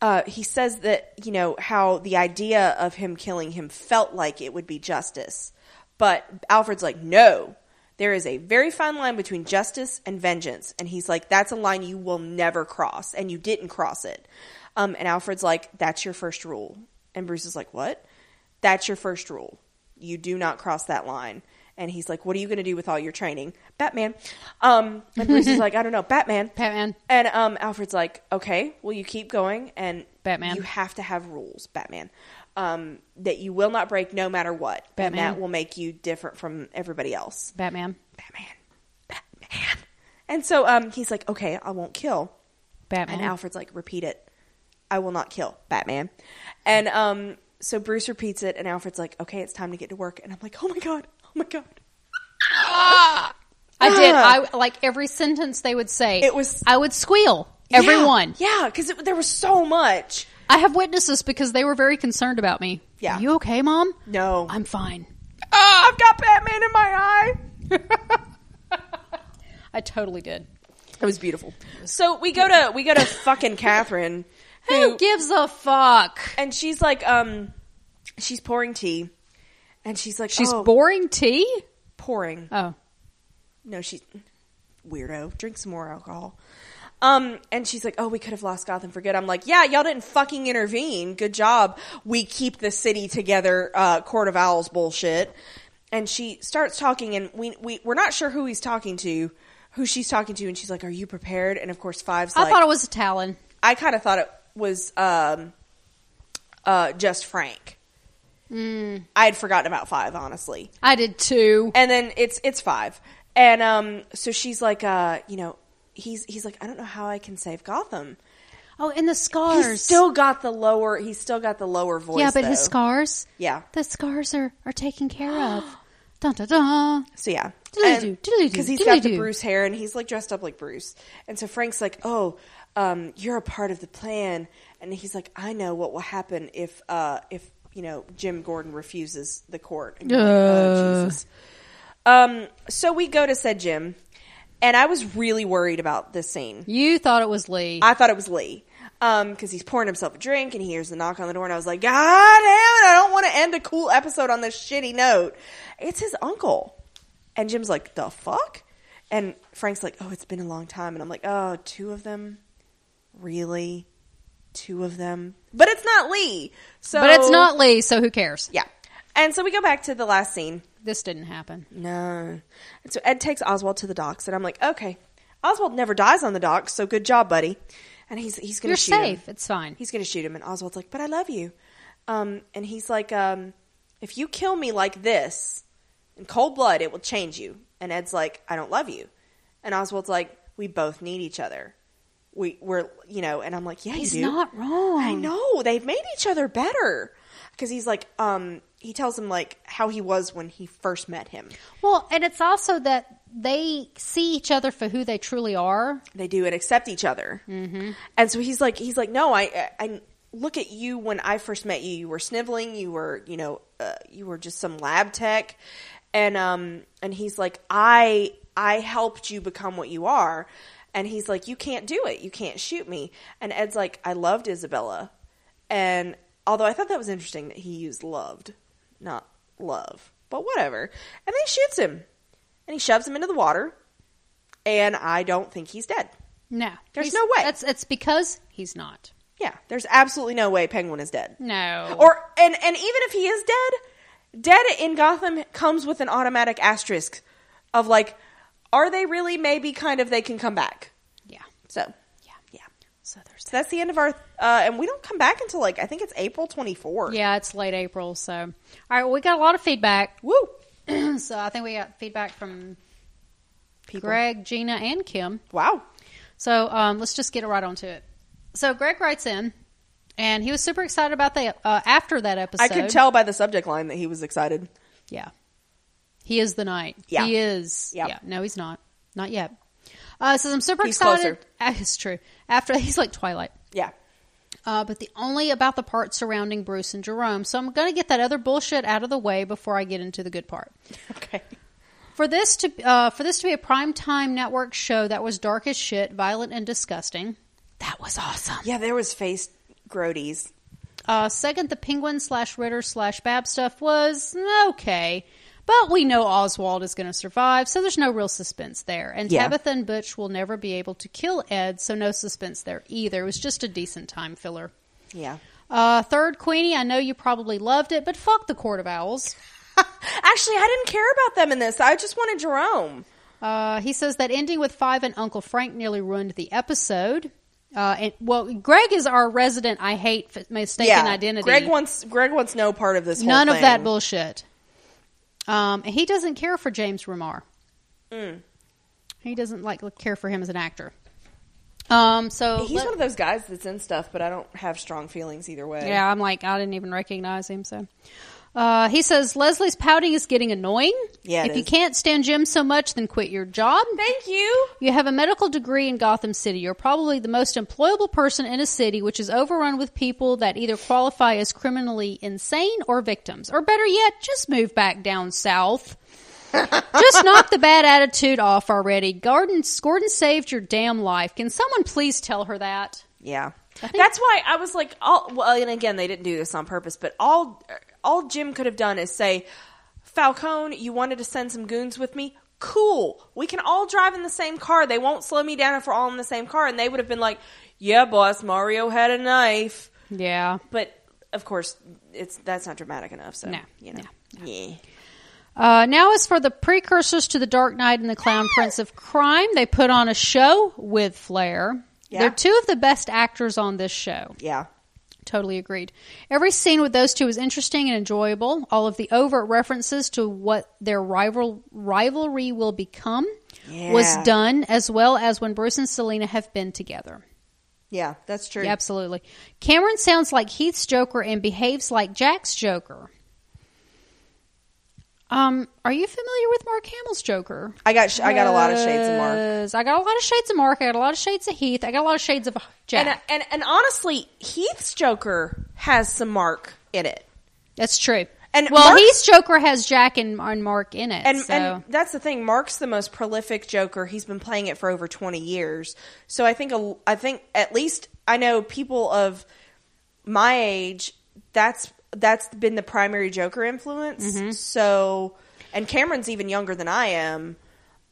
uh, he says that you know how the idea of him killing him felt like it would be justice, but Alfred's like, no. There is a very fine line between justice and vengeance, and he's like, "That's a line you will never cross, and you didn't cross it." Um, and Alfred's like, "That's your first rule," and Bruce is like, "What?" That's your first rule. You do not cross that line. And he's like, "What are you going to do with all your training, Batman?" Um, and Bruce is like, "I don't know, Batman."
Batman.
And um, Alfred's like, "Okay, well, you keep going, and
Batman.
you have to have rules, Batman, um, that you will not break no matter what, and
Batman.
that will make you different from everybody else."
Batman.
Batman, Batman. And so um, he's like, "Okay, I won't kill."
Batman.
And Alfred's like, repeat it. I will not kill Batman. And um, so Bruce repeats it, and Alfred's like, okay, it's time to get to work. And I'm like, oh my God, oh my God.
I did.
Ah.
I like every sentence they would say.
It was-
I would squeal. Everyone.
Yeah, because there was so much.
I have witnesses because they were very concerned about me.
Yeah.
Are you okay, mom?
No.
I'm fine.
oh, I've got Batman in my eye.
I totally did.
It was beautiful. So we go to we go to fucking Catherine,
Who
who
gives a fuck?
and she's like um, she's pouring tea, and she's like
She's
"Oh,
boring tea?
pouring.
Oh.
no, she's weirdo. Drink some more alcohol. Um, and she's like, "Oh, we could have lost Gotham for good." I'm like, "Yeah, y'all didn't fucking intervene. Good job. We keep the city together. Uh, Court of Owls bullshit." And she starts talking, and we we we're not sure who he's talking to, who she's talking to, and she's like, "Are you prepared?" And of course, Five's
I
like,
thought it was a Talon.
I kind of thought it was um, uh, just Frank
Hmm.
I had forgotten about five, honestly.
I did too.
And then it's it's five. And um so she's like uh, you know, he's he's like, I don't know how I can save Gotham.
Oh, and the scars.
He's still got the lower he's still got the lower voice.
yeah, but his
though.
scars.
Yeah.
The scars are are
(gasps)
taken care of. dun dun dun.
So yeah,
Doodly-doo, doodly-doo,
because he's got the
doodly-doo.
Bruce hair and he's like dressed up like Bruce. And so Frank's like, "Oh, um, you're a part of the plan," and he's like, "I know what will happen if uh, if you know Jim Gordon refuses the court." And you're like, oh,
Ugh.
Jesus. Um, so we go to said Jim, and I was really worried about this scene.
You thought it was Lee.
I thought it was Lee. Um, cause he's pouring himself a drink and he hears the knock on the door and I was like, God damn it, I don't want to end a cool episode on this shitty note. It's his uncle. And Jim's like, the fuck? And Frank's like, oh, it's been a long time. And I'm like, oh, two of them? Really? Two of them? But it's not Lee. So,
but it's not Lee, so who cares?
Yeah. And so we go back to the last scene.
This didn't happen.
No. And so Ed takes Oswald to the docks, and I'm like, okay, Oswald never dies on the docks, so good job, buddy. And he's he's gonna
You're
shoot
safe.
him.
It's fine.
He's gonna shoot him, and Oswald's like, but I love you. Um, and he's like, um, if you kill me like this in cold blood, it will change you. And Ed's like, I don't love you. And Oswald's like, we both need each other. We we're you know, and I'm like, yeah,
He's
you do.
not wrong.
I know they've made each other better because he's like, um, he tells him like how he was when he first met him.
Well, and it's also that they see each other for who they truly are.
they do and accept each other. Mm-hmm. And so he's like, he's like, no, I, I, I look at you when I first met you. You were sniveling. You were, you know, uh, you were just some lab tech. And um, and he's like, I, I helped you become what you are. And he's like, you can't do it. You can't shoot me. And Ed's like, I loved Isabella. And although I thought that was interesting that he used loved, not love, but whatever. And then he shoots him, and he shoves him into the water. And I don't think he's dead.
No,
There's
He's-
no way.
That's it's because he's not.
Yeah, there's absolutely no way Penguin is dead.
No,
Or and and even if he is dead, dead in Gotham comes with an automatic asterisk of like, are they really maybe kind of they can come back.
yeah,
So
yeah,
yeah,
So there's
so that's the end of our uh, and we don't come back until like I think it's April twenty four.
yeah. It's late April, so all right. Well, we got a lot of feedback. (clears throat)
Woo,
so I think we got feedback from
people!
Greg, Gina, and Kim.
Wow,
So um, let's just get right onto it. So Greg writes in, and he was super excited about the uh, after that episode.
I could tell by the subject line that he was excited.
Yeah. He is the knight.
Yeah.
He is.
Yep.
Yeah. No, he's not. Not yet. Uh, says I'm super
He's
excited.
closer.
Ah, (laughs) it's true. After (laughs) he's like Twilight.
Yeah,
Uh, but the only about the part surrounding Bruce and Jerome. So I'm going to get that other bullshit out of the way before I get into the good part.
(laughs) okay,
For this to uh, for this to be a primetime network show that was dark as shit, violent and disgusting. That was awesome.
yeah. There was face grodies.
Uh, second, the Penguin slash Ritter slash Bab stuff was okay, but we know Oswald is going to survive, so there's no real suspense there. And
Yeah.
Tabitha and Butch will never be able to kill Ed, so no suspense there either. It was just a decent time filler.
Yeah.
Uh, third, Queenie, I know you probably loved it, but fuck the Court of Owls.
Actually, I didn't care about them in this. I just wanted Jerome.
Uh, he says that ending with Five and Uncle Frank nearly ruined the episode. Uh, and, well, Greg is our resident. I hate f- mistaken identity.
Greg wants Greg wants no part of this. Whole
None of
thing.
that bullshit. Um, and he doesn't care for James Remar.
Mm.
He doesn't like care for him as an actor. Um, so
He's
let-
one of those guys that's in stuff, but I don't have strong feelings either way.
yeah, I'm like I didn't even recognize him. So uh, he says Leslie's pouting is getting annoying.
Yeah, it
if you
is.
can't stand Jim so much, then quit your job.
Thank you.
You have a medical degree in Gotham City. You're probably the most employable person in a city which is overrun with people that either qualify as criminally insane or victims. Or better yet, just move back down south. just knock the bad attitude off already. Gordon, Gordon saved your damn life. Can someone please tell her that?
Yeah, that's why I was like, all well, and again, they didn't do this on purpose, but all all Jim could have done is say, Falcone, you wanted to send some goons with me. Cool. We can all drive in the same car. They won't slow me down if we're all in the same car. And they would have been like, Yeah, boss, Mario had a knife.
Yeah.
But of course, it's that's not dramatic enough. So
No,
you know, yeah.
Uh, now, as for the precursors to the Dark Knight and the Clown Prince of Crime, they put on a show with flair.
Yeah.
They're two of the best actors on this show.
yeah.
Totally agreed. Every scene with those two is interesting and enjoyable. All of the overt references to what their rival rivalry will become was
Yeah.
done, as well as when Bruce and Selena have been together.
Yeah, that's true.
Yeah, absolutely. Cameron sounds like Heath's Joker and behaves like Jack's Joker. Um, are you familiar with Mark Hamill's Joker?
I got sh- I got a lot of shades of Mark.
Yes, I got a lot of shades of Mark. I got a lot of shades of Heath. I got a lot of shades of Jack.
And, and and honestly, Heath's Joker has some Mark in it.
That's true.
And
well,
Mark's-
Heath's Joker has Jack and, and Mark in it.
And, um,
so
and that's the thing. Mark's the most prolific Joker. He's been playing it for over twenty years. So I think a, I think at least I know people of my age. That's that's been the primary Joker influence. So and Cameron's even younger than I am,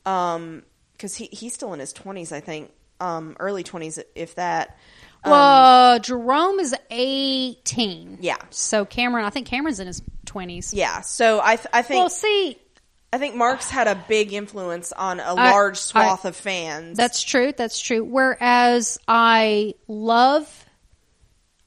um, because he he's still in his twenties, I think, um, early twenties if that.
well, Jerome is eighteen.
Yeah.
So Cameron, I think Cameron's in his twenties.
Yeah. So I th- I think
Well, see,
I think Mark's had a big influence on a
I-
large swath of fans.
That's true. That's true. Whereas I love,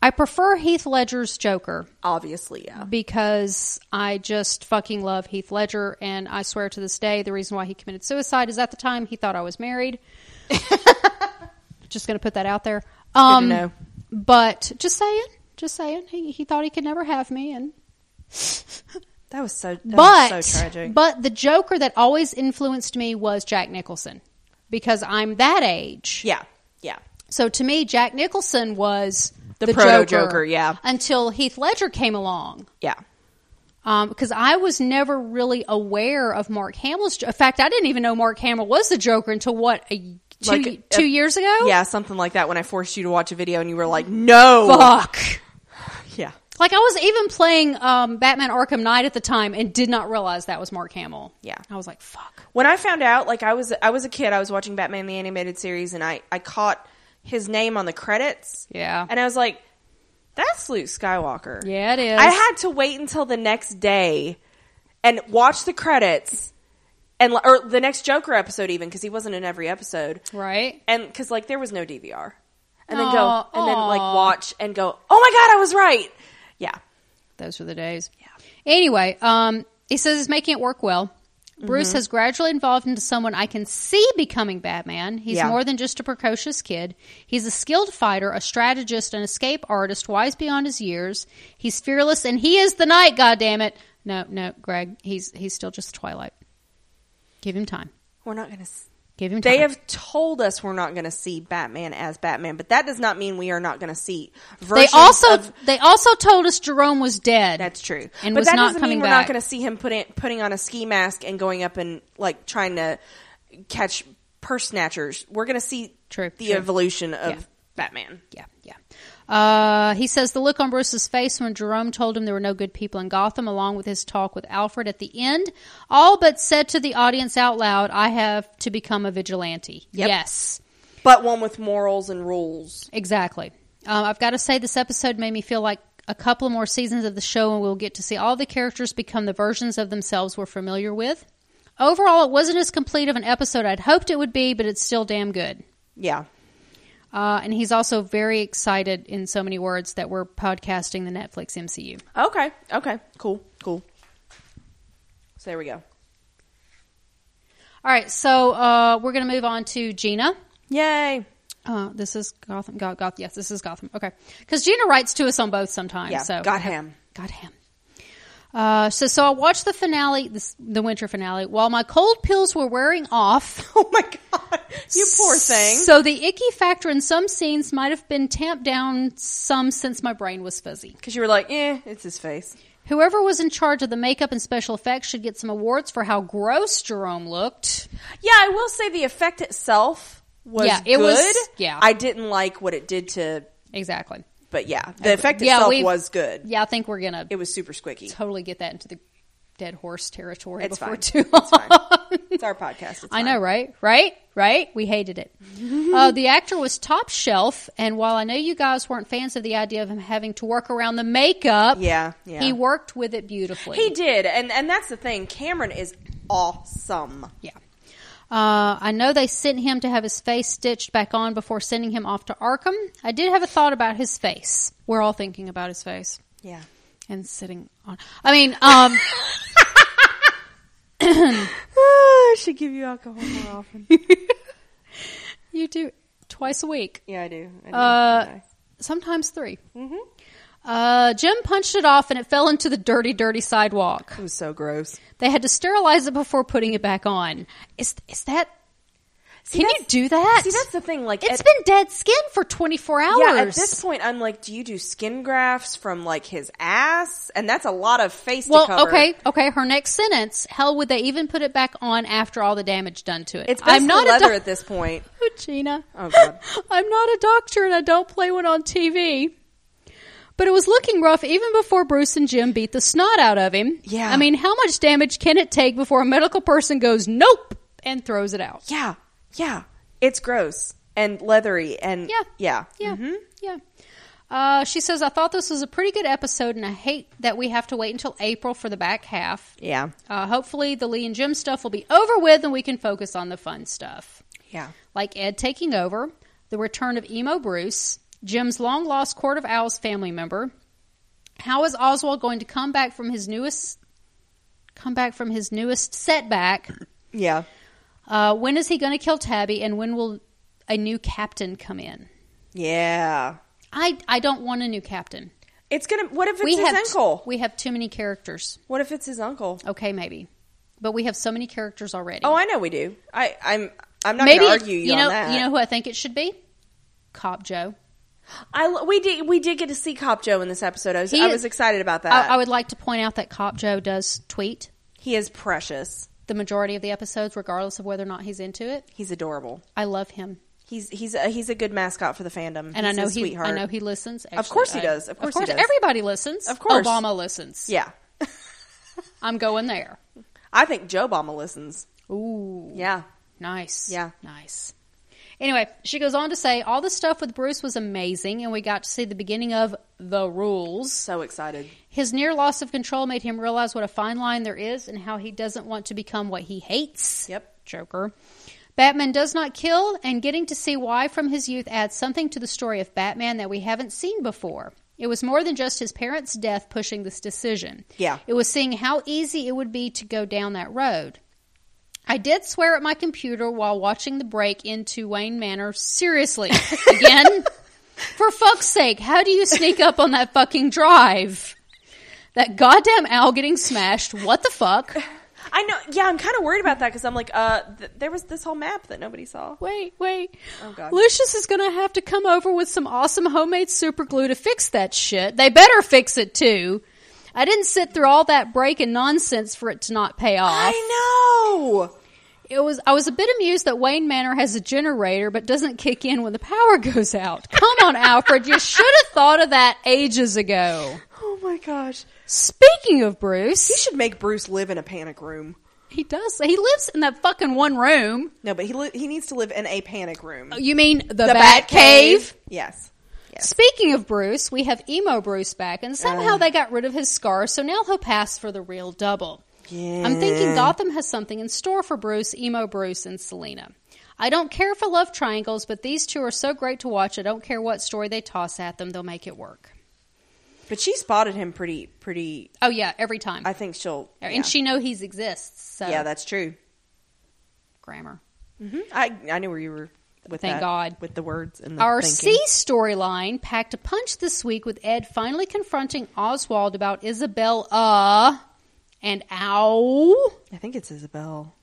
I prefer Heath Ledger's Joker
obviously, yeah.
because I just fucking love Heath Ledger. And I swear to this day, the reason why he committed suicide is at the time he thought I
(laughs)
was married. just going to put that out there. Um,
know.
But just saying, just saying, he, he thought he could never have me. And
That was so. That
but
was so tragic.
but the Joker that always influenced me was Jack Nicholson because I'm that age.
yeah, yeah.
So to me, Jack Nicholson was
The proto-Joker, yeah.
Until Heath Ledger came along,
Yeah.
because Um, I was never really aware of Mark Hamill's. Jo- In fact, I didn't even know Mark Hamill was the Joker until what a two
Like,
two
uh,
years ago.
Yeah, something like that when I forced you to watch a video and you were like, no.
fuck.
Yeah.
Like I was even playing um, Batman Arkham Knight at the time and did not realize that was Mark Hamill.
Yeah.
I was like, fuck.
When I found out, like I was, I was a kid. I was watching Batman the animated series, and I, I caught his name on the credits.
Yeah.
and I was like, "That's Luke Skywalker."
Yeah, it is.
I had to wait until the next day and watch the credits, and or the next Joker episode, even because he wasn't in every episode,
Right.
and because like there was no DVR, and then go
Aw,
and then like
aw.
watch and go, oh my god, I was right. Yeah,
Those were the days. Yeah. Anyway, um, he says he's making it work well.
Mm-hmm.
Bruce has gradually evolved into someone I can see becoming Batman. He's
Yeah.
more than just a precocious kid. He's a skilled fighter, a strategist, an escape artist, wise beyond his years. He's fearless, and he is the night. Goddamn it! No, no, Greg. He's he's still just Twilight. Give him time.
we're not gonna. s-
Give him time.
They have told us we're not going to see Batman as Batman, but that does not mean we are not going to see.
They
versions
also
of
they also told us Jerome was dead.
That's true.
And
but
was
that
not
doesn't
coming
mean we're not
back.
going to see him put in, putting on a ski mask and going up and like trying to catch purse snatchers. We're going to see
True,
the
true.
evolution of
Yeah.
Batman.
Yeah, yeah. Uh, he says the look on Bruce's face when Jerome told him there were no good people in Gotham, along with his talk with Alfred at the end, all but said to the audience out loud, I have to become a vigilante.
Yep.
Yes,
But one with morals and rules.
exactly. Um, I've got to say, this episode made me feel like a couple more seasons of the show, and we'll get to see all the characters become the versions of themselves we're familiar with. Overall, it wasn't as complete of an episode I'd hoped it would be, but it's still damn good.
Yeah.
Uh, and he's also very excited, in so many words, that we're podcasting the Netflix MCU.
Okay. Okay. Cool. Cool. So there we go.
All right, so uh, we're going to move on to Gina.
Yay.
Uh, this is Gotham. Goth, Goth, yes, this is Gotham. Okay, because Gina writes to us on both sometimes.
Yeah.
So
Got him. (laughs)
Gotham. Uh, so, so I watched the finale, this, the winter finale, while my cold pills were wearing off.
Oh my god. You poor thing.
So the icky factor in some scenes might have been tamped down some since my brain was fuzzy.
Because you were like, eh, it's his face.
Whoever was in charge of the makeup and special effects should get some awards for how gross Jerome looked.
Yeah, I will say the effect itself was
Yeah, it
good.
was- yeah.
I didn't like what it did to
Exactly.
But yeah, the effect
Yeah,
itself
we've-
was good.
Yeah, I think we're gonna
It was super squicky.
totally get that into the dead horse territory
It's
before
fine.
too long.
It's fine. It's our podcast. It's
I
fine.
know, right? Right? Right? We
(laughs)
hated it. uh, the actor was top shelf, and while I know you guys weren't fans of the idea of him having to work around the makeup,
Yeah, yeah.
he worked with it beautifully.
He did, and and that's the thing. Cameron is awesome.
Yeah. Uh, I know they sent him to have his face stitched back on before sending him off to Arkham. I did have a thought about his face. We're all thinking about his face
Yeah.
and sitting on. I mean,
(laughs)
um,
Ah, I should give you alcohol more (laughs) often.
you do twice a week,
yeah, I do. I do.
uh, sometimes 3 Mm-hmm. Uh, Jim punched it off and it fell into the dirty, dirty sidewalk.
it was so gross.
They had to sterilize it before putting it back on. Is is that?
See,
can you
that's-
do that?
See, that's the thing. Like,
It's
at-
been dead skin for 24 hours.
yeah, at this point, I'm like, do you do skin grafts from like his ass? And that's a lot of face. to
well,
cover.
okay, okay. Her next sentence: Hell, would they even put it back on after all the damage done to it?
It's basically leather
doc- (laughs)
at this point.
Oh, Gina.
Oh, God.
(laughs) I'm not a doctor, and I don't play one on TV. But it was looking rough even before Bruce and Jim beat the snot out of him.
Yeah.
I mean, how much damage can it take before a medical person goes nope and throws it out?
Yeah, yeah. It's gross and leathery and
Yeah.
yeah, Mm-hmm.
Yeah. Yeah. Uh, she says, I thought this was a pretty good episode, and I hate that we have to wait until April for the back half.
yeah,
Uh, hopefully, the Lee and Jim stuff will be over with, and we can focus on the fun stuff.
yeah.
Like Ed taking over, the return of Emo Bruce, Jim's long lost Court of Owls family member. How is Oswald going to come back from his newest come back from his newest setback?
Yeah.
Uh, when is he going to kill Tabby, and when will a new captain come in?
Yeah.
I I don't want a new captain.
It's gonna. What if it's
we
his
have
uncle?
we have too many characters.
what if it's his uncle?
Okay, maybe, but we have so many characters already.
Oh, I know we do. I, I'm. I'm not
maybe
gonna
it-
argue you,
you
on
know
that.
you know who I think it should be. Cop Joe.
I lo- we did we did get to see Cop Joe in this episode. I was,
He
I
is-
was excited about that.
I, I would like to point out that Cop Joe does tweet
he is precious.
the majority of the episodes, regardless of whether or not he's into it.
He's adorable.
I love him,
He's he's a, he's a good mascot for the fandom.
and
He's
I know
a
he.
sweetheart.
I know he listens. Actually,
course he
I-
does. Of course he does.
everybody listens.
Of course.
Obama listens.
Yeah,
I'm going there.
I think Joe Bomba listens.
Ooh.
Yeah,
Nice.
Yeah.
Nice. Anyway, she goes on to say all the stuff with Bruce was amazing, and we got to see the beginning of the rules.
so excited.
His near loss of control made him realize what a fine line there is and how he doesn't want to become what he hates.
Yep.
Joker. Batman does not kill, and getting to see why from his youth adds something to the story of Batman that we haven't seen before. It was more than just his parents' death pushing this decision.
Yeah.
It was seeing how easy it would be to go down that road. I did swear at my computer while watching the break into Wayne Manor. Seriously. Again? For fuck's sake, how do you sneak up on that fucking drive? That goddamn owl getting smashed. What the fuck?
I know. Yeah, I'm kind of worried about that because I'm like, uh, th- there was this whole map that nobody saw.
Wait, wait.
Oh, God.
Lucius is going to have to come over with some awesome homemade super glue to fix that shit. They better fix it too. I didn't sit through all that break and nonsense for it to not pay off.
I know.
It was I was a bit amused that Wayne Manor has a generator but doesn't kick in when the power (laughs) goes out. Come on, Alfred, you should have thought of that ages ago.
Oh my gosh.
Speaking of Bruce,
He should make Bruce live in a panic room.
he does. He lives in that fucking one room.
No, but he li- he needs to live in a panic room.
You mean Oh, the, Bat, Cave?
Yes. Yes.
Speaking of Bruce, we have emo Bruce back, and
Uh.
somehow they got rid of his scar, so now he'll pass for the real double.
Yeah.
I'm thinking Gotham has something in store for Bruce, emo Bruce, and Selena. I don't care for love triangles, but these two are so great to watch. I don't care what story they toss at them; they'll make it work.
But she spotted him pretty pretty.
Oh yeah, every time,
I think she'll.
and
yeah.
she know he's exists. So
Yeah, that's true.
grammar.
hmm I I knew where you were with
Thank
that,
God.
with the words and the
Our
thinking.
C storyline packed a punch this week with Ed finally confronting Oswald about Isabella and Ow.
I think it's Isabel.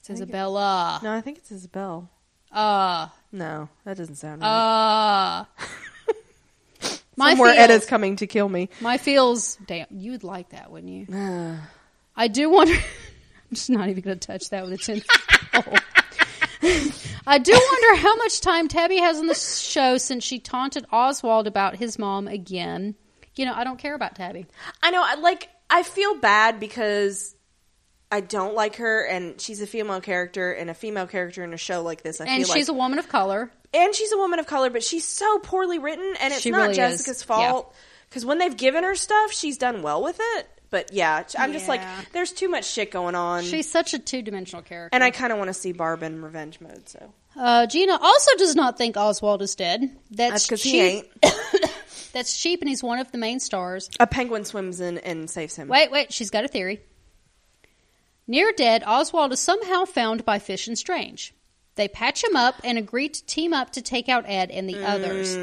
It's Isabella.
No, I think it's Isabel.
Uh,
No, that doesn't sound right.
uh.
(laughs)
my
Somewhere
feels,
Ed is coming to kill me.
my feels. Damn, you'd like that, wouldn't you?
Ah.
I do wonder. (laughs) I'm just not even going to touch that with a ten. oh. (laughs) I do wonder how much time Tabby has on the show since she taunted Oswald about his mom again. You know, I don't care about Tabby.
I know. I like. I feel bad because I don't like her, and she's a female character, and a female character in a show like this. I
And
feel like,
she's a woman of color.
and she's a woman of color, but she's so poorly written, and it's
She
not
really is.
Jessica's fault. Because when they've given her stuff, she's done well with it. But yeah, I'm just like,
Yeah.
there's too much shit going on.
She's such a two dimensional character.
and I kind of want to see Barb in revenge mode. So
Uh, Gina also does not think Oswald is dead. That's
that's because
because
he ain't.
That's cheap, and he's one of the main stars.
A penguin swims in and saves him.
Wait, wait, she's got a theory. Near dead, Oswald is somehow found by Fish and Strange. They patch him up and agree to team up to take out Ed and the others.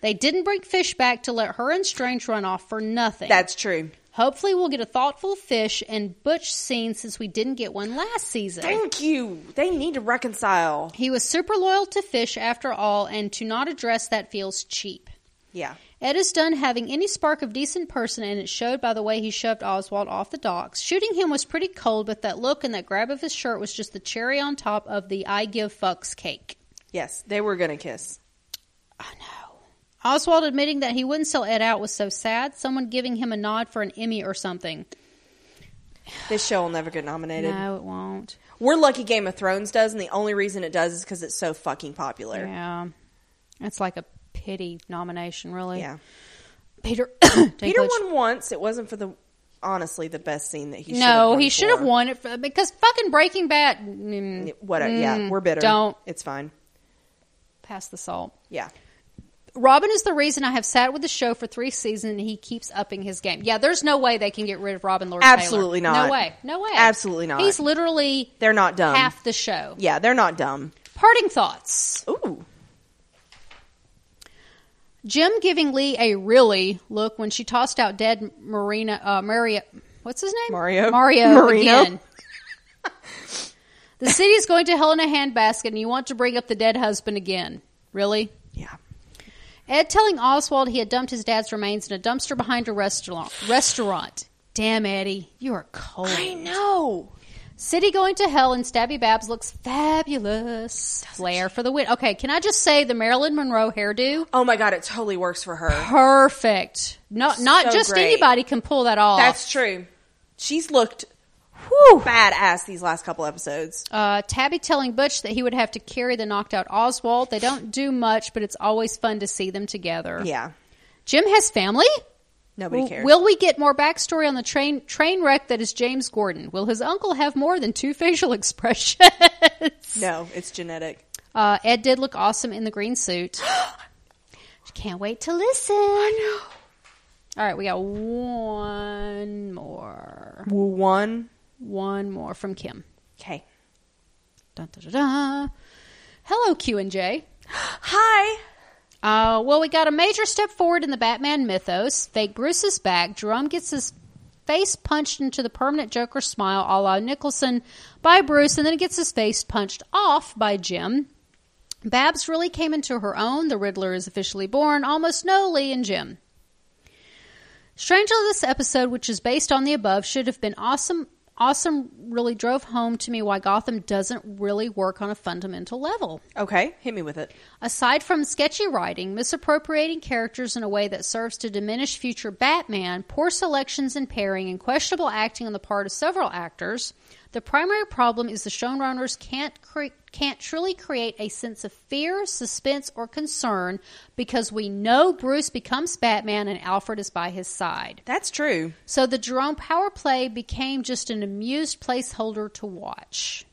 They didn't bring Fish back to let her and Strange run off for nothing.
That's true.
Hopefully, we'll get a thoughtful Fish and Butch scene since we didn't get one last season.
Thank you. They need to reconcile.
He was super loyal to Fish after all, and to not address that feels cheap.
Yeah.
Ed is done having any spark of decent person, and it showed by the way he shoved Oswald off the docks. Shooting him was pretty cold, but that look and that grab of his shirt was just the cherry on top of the I give fucks cake.
Yes, they were gonna kiss.
I know. Oswald admitting that he wouldn't sell Ed out was so sad. Someone giving him a nod for an Emmy or something.
This show will never get nominated.
No, it won't.
We're lucky Game of Thrones does, and the only reason it does is because it's so fucking popular.
Yeah. It's like a pity nomination, really.
Yeah.
Peter.
Peter
Dinklage
won once. It wasn't for the honestly the best scene that he. should've
no,
won
he should have
for.
won it for, because fucking Breaking Bad. Mm,
Whatever. yeah,
mm,
we're bitter.
Don't
It's fine.
pass the salt.
Yeah.
Robin is the reason I have sat with the show for three seasons, and he keeps upping his game. Yeah, there's no way they can get rid of Robin Lord.
Absolutely
Taylor.
not.
No way. No way.
Absolutely not.
He's literally
They're not dumb.
half the show.
Yeah, they're not dumb.
Parting thoughts:
Ooh.
Jim giving Lee a really look when she tossed out dead Marina. Uh, Maria, what's his name?
Mario.
Mario.
(laughs) Marino.
Again. the city's going to hell in a handbasket, and you want to bring up the dead husband again? Really?
Yeah.
Ed telling Oswald he had dumped his dad's remains in a dumpster behind a restaurant. Restaurant. Damn, Eddie, you are cold.
I know.
City going to hell and Stabby Babs looks fabulous. Flair for the win. Okay, can I just say the Marilyn Monroe hairdo?
Oh my god, it totally works for her.
Perfect. Not not
So
just
great.
anybody can pull that off.
That's true. She's looked badass these last couple episodes.
uh, Tabby telling Butch that he would have to carry the knocked out Oswald. They don't do much, but it's always fun to see them together.
Yeah.
Jim has family.
Nobody
Will-
cares.
Will we get more backstory on the train train wreck that is James Gordon? Will his uncle have more than two (laughs) facial expressions? (laughs)
no, it's genetic.
Uh, Ed did look awesome in the green suit. Can't wait to listen. I know. All right, we got one more.
One.
One more from Kim.
Okay. (gasps)
Dun, dun, dun, dun. Hello, Q and J.
Hi.
Uh, well, we got a major step forward in the Batman mythos. Fake Bruce is back. Jerome gets his face punched into the permanent Joker smile, a la Nicholson, by Bruce, and then gets his face punched off by Jim. Babs really came into her own. The Riddler is officially born. Almost no Lee and Jim. Strangely, this episode, which is based on the above, should have been awesome. Awesome really drove home to me why Gotham doesn't really work on a fundamental level.
Okay, hit me with it.
Aside from sketchy writing, misappropriating characters in a way that serves to diminish future Batman, poor selections and pairing, and questionable acting on the part of several actors, the primary problem is the showrunners can't cre- can't truly create a sense of fear, suspense, or concern because we know Bruce becomes Batman and Alfred is by his side.
That's true.
So the Jerome power play became just an amused placeholder to watch.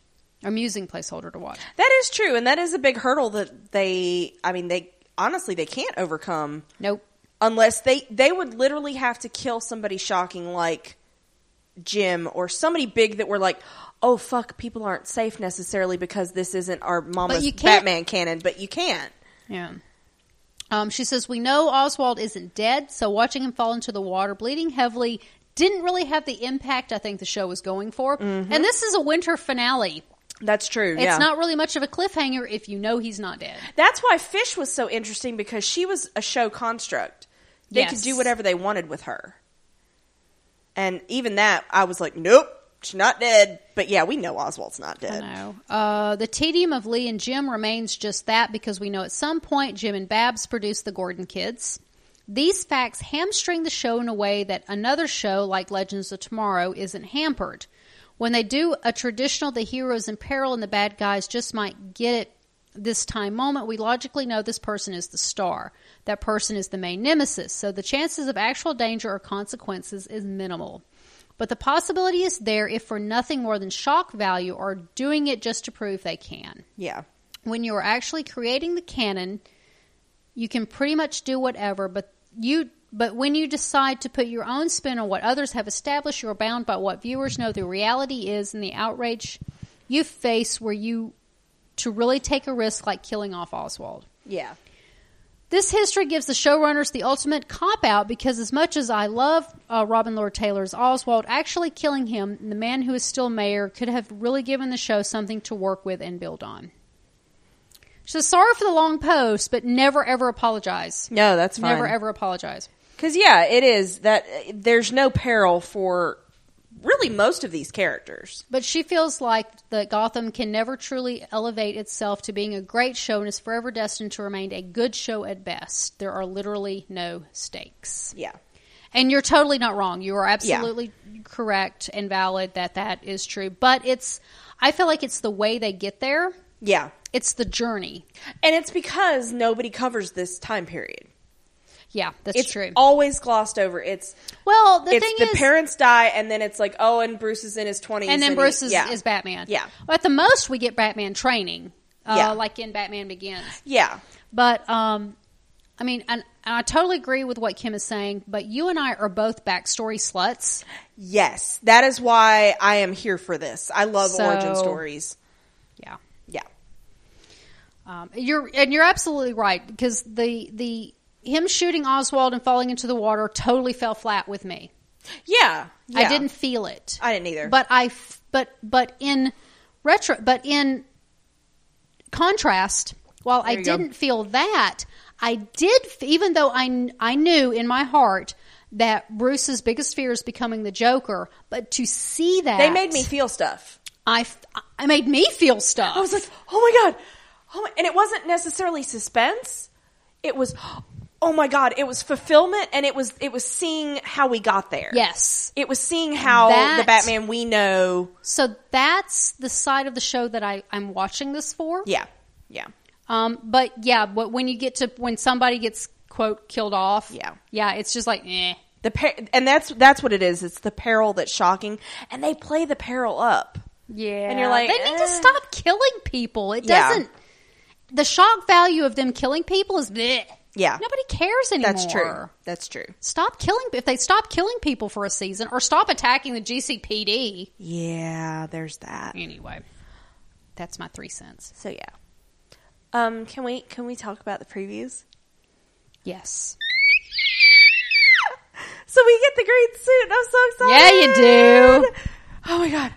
Amusing placeholder to watch.
That is true, and that is a big hurdle that they. I mean, they honestly they can't overcome
Nope.
unless they they would literally have to kill somebody shocking like Jim or somebody big that were like, oh fuck, people aren't safe necessarily because this isn't our mama's
you can't-
Batman canon, but you can't.
Yeah. Um, she says, We know Oswald isn't dead, so watching him fall into the water, bleeding heavily, didn't really have the impact I think the show was going for. And this is a winter finale.
That's true.
It's
yeah.
not really much of a cliffhanger if you know he's not dead.
That's why Fish was so interesting because she was a show construct. They could
Yes.
do whatever they wanted with her. And even that, I was like, nope, she's not dead. But yeah, we know Oswald's not
I
dead.
know. Uh, the tedium of Lee and Jim remains just that because we know at some point Jim and Babs produced the Gordon kids. These facts hamstring the show in a way that another show like Legends of Tomorrow isn't hampered. When they do a traditional the heroes in peril and the bad guys just might get it this time moment, we logically know this person is the star. That person is the main nemesis, so the chances of actual danger or consequences is minimal. But the possibility is there if for nothing more than shock value or doing it just to prove they can.
Yeah.
When you're actually creating the canon, you can pretty much do whatever, but you but when you decide to put your own spin on what others have established, you're bound by what viewers know the reality is and the outrage you face where you to really take a risk like killing off Oswald.
Yeah.
This history gives the showrunners the ultimate cop out because, as much as I love uh, Robin Lord Taylor's Oswald, actually killing him, the man who is still mayor, could have really given the show something to work with and build on. So sorry for the long post, but never ever apologize.
No, that's fine.
Never ever apologize.
Because yeah, it is that there's no peril for really most of these characters.
But she feels like that Gotham can never truly elevate itself to being a great show and is forever destined to remain a good show at best. There are literally no stakes.
Yeah.
And you're totally not wrong. You are absolutely correct and valid that that is true. But it's, I feel like it's the way they get there.
Yeah.
It's the journey.
And it's because nobody covers this time period.
Yeah, that's
It's
true.
always glossed over. It's
well, the
it's
thing
the
is,
parents die and then it's like, oh, and Bruce is in his twenties.
and then Bruce is,
yeah.
is Batman.
Yeah.
Well, at the most, we get Batman training, uh,
Yeah.
like in Batman Begins.
Yeah.
But um, I mean, and, and I totally agree with what Kim is saying. But you and I are both backstory sluts.
Yes. That is why I am here for this. I love
So-
origin stories.
Yeah,
Yeah.
um, you're and you're absolutely right because the the him shooting Oswald and falling into the water totally fell flat with me.
Yeah.
I
Yeah.
didn't feel it.
I didn't either.
But I f- but but in retro but in contrast, while I
There you go.
didn't feel that, I did f- even though I kn- I knew in my heart that Bruce's biggest fear is becoming the Joker, but to see that
they made me feel stuff.
I f- I made me feel stuff.
I was like, oh my god, oh my, and it wasn't necessarily suspense. It was, oh my god, it was fulfillment, and it was it was seeing how we got there.
yes.
it was seeing how
That-
the Batman we know.
So that's the side of the show that I, I'm watching this for.
Yeah, yeah,
Um, but yeah, but when you get to when somebody gets quote killed off,
Yeah.
yeah, it's just like eh.
the per- and that's that's what it is. It's the peril that's shocking, and they play the peril up.
Yeah.
And you're like,
they need to
eh.
stop killing people. It
Yeah.
doesn't. The shock value of them killing people is bleh.
Yeah.
Nobody cares anymore.
That's true. That's true.
Stop killing. If they stop killing people for a season, or stop attacking the GCPD.
Yeah, there's that.
Anyway, that's my three cents.
So yeah, um, can we can we talk about the previews?
Yes.
So we get the green suit. and I'm so excited.
Yeah, you
(laughs)
do.
Oh my god.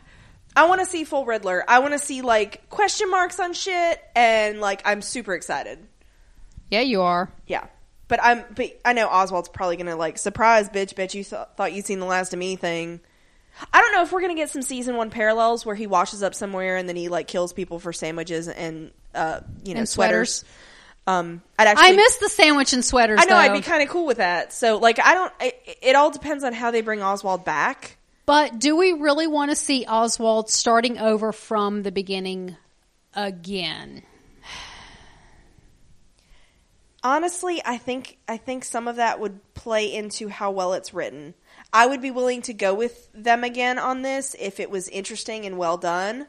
I want to see full Riddler. I want to see like question marks on shit and like I'm super excited.
Yeah, you are.
Yeah. But I'm but I know Oswald's probably going to like surprise bitch bet you th- thought you'd seen the last of me thing. I don't know if we're going to get some season 1 parallels where he washes up somewhere and then he like kills people for sandwiches and uh you know
And
sweaters.
sweaters.
Um I'd actually
I miss the sandwich and sweaters.
I know I'd
though.
be kind of cool with that. So like I don't it, it all depends on how they bring Oswald back.
But do we really want to see Oswald starting over from the beginning again?
Honestly, I think I think some of that would play into how well it's written. I would be willing to go with them again on this if it was interesting and well done.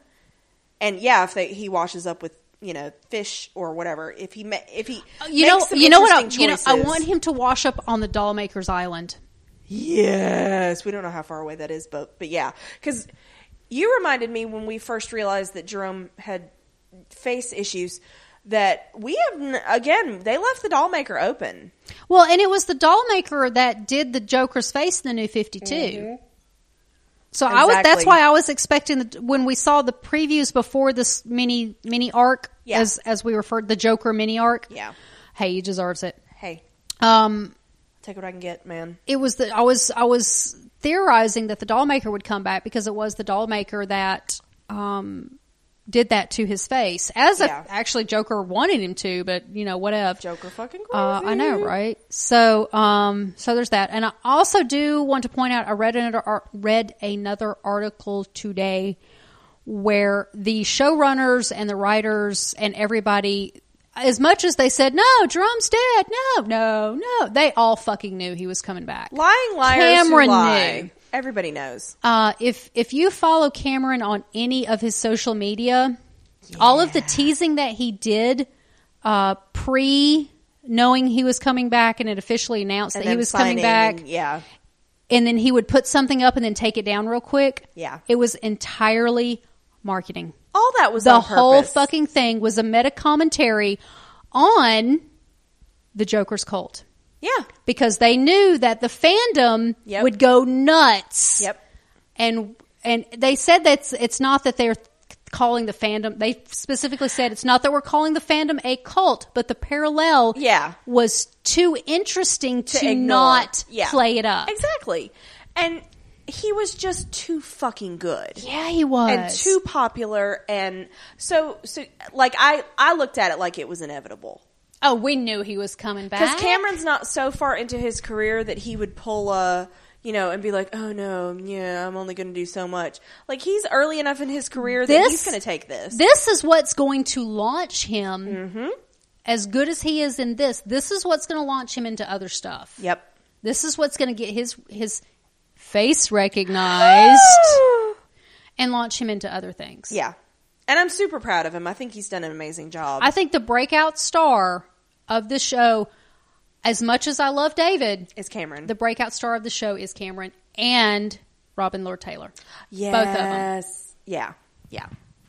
And yeah, if they, he washes up with you know fish or whatever, if he ma- if he
Uh,
makes
You know,
Uh, some
you know what? I,
interesting
you know, I
choices.
want him to wash up on the Dollmaker's Island.
Yes, we don't know how far away that is, but but yeah, because you reminded me when we first realized that Jerome had face issues that we have n- again they left the doll maker open.
Well, and it was the Dollmaker that did the Joker's face in the New Fifty So I was. That's
Mm-hmm. Exactly.
why I was expecting the, when we saw the previews before this mini mini arc,
Yeah.
as as we referred the Joker mini arc.
Yeah.
Hey, he deserves it.
Hey,
Um,
take what I can get, man.
it was that I was I was theorizing that the doll maker would come back because it was the doll maker that um, did that to his face. As a-
Yeah.
actually Joker wanted him to, but you know whatever.
Joker fucking crazy.
Uh, I know, right? So, um, so there's that, and I also do want to point out I read another ar- read another article today where the showrunners and the writers and everybody, as much as they said no, Drum's dead, no, no, no, they all fucking knew he was coming back.
Lying liars who
Cameron
lie.
knew.
Everybody knows.
Uh, if if you follow Cameron on any of his social media, all of the teasing that he did uh, pre knowing he was coming back and it officially announced that he
then
was
signing,
coming back,
Yeah.
and then he would put something up and then take it down real quick.
Yeah.
it was entirely marketing.
All that was
the
on
whole
purpose.
fucking thing was a meta commentary on the Joker's cult
Yeah.
because they knew that the fandom
Yep.
would go nuts.
Yep.
And and they said that's it's not that they're calling the fandom. They specifically said it's not that we're calling the fandom a cult, but the parallel
Yeah.
was too interesting to,
ignore.
not
Yeah.
play it up.
Exactly. And he was just too fucking good.
Yeah, he was.
and too popular and so so like I I looked at it like it was inevitable.
oh, we knew he was coming back.
Because Cameron's not so far into his career that he would pull a, you know, and be like, oh no, yeah, I'm only going to do so much. Like he's early enough in his career that he's
This-
going to take this.
this is what's going to launch him
Mm-hmm.
as good as he is in this this is what's going to launch him into other stuff
Yep.
this is what's going to get his his face recognized
(gasps)
and launch him into other things
yeah. And I'm super proud of him. I think he's done an amazing job.
i think the breakout star of the show as much as i love david
is Cameron.
the breakout star of the show is cameron and robin lord taylor
yes.
both of them
Yeah. Yeah.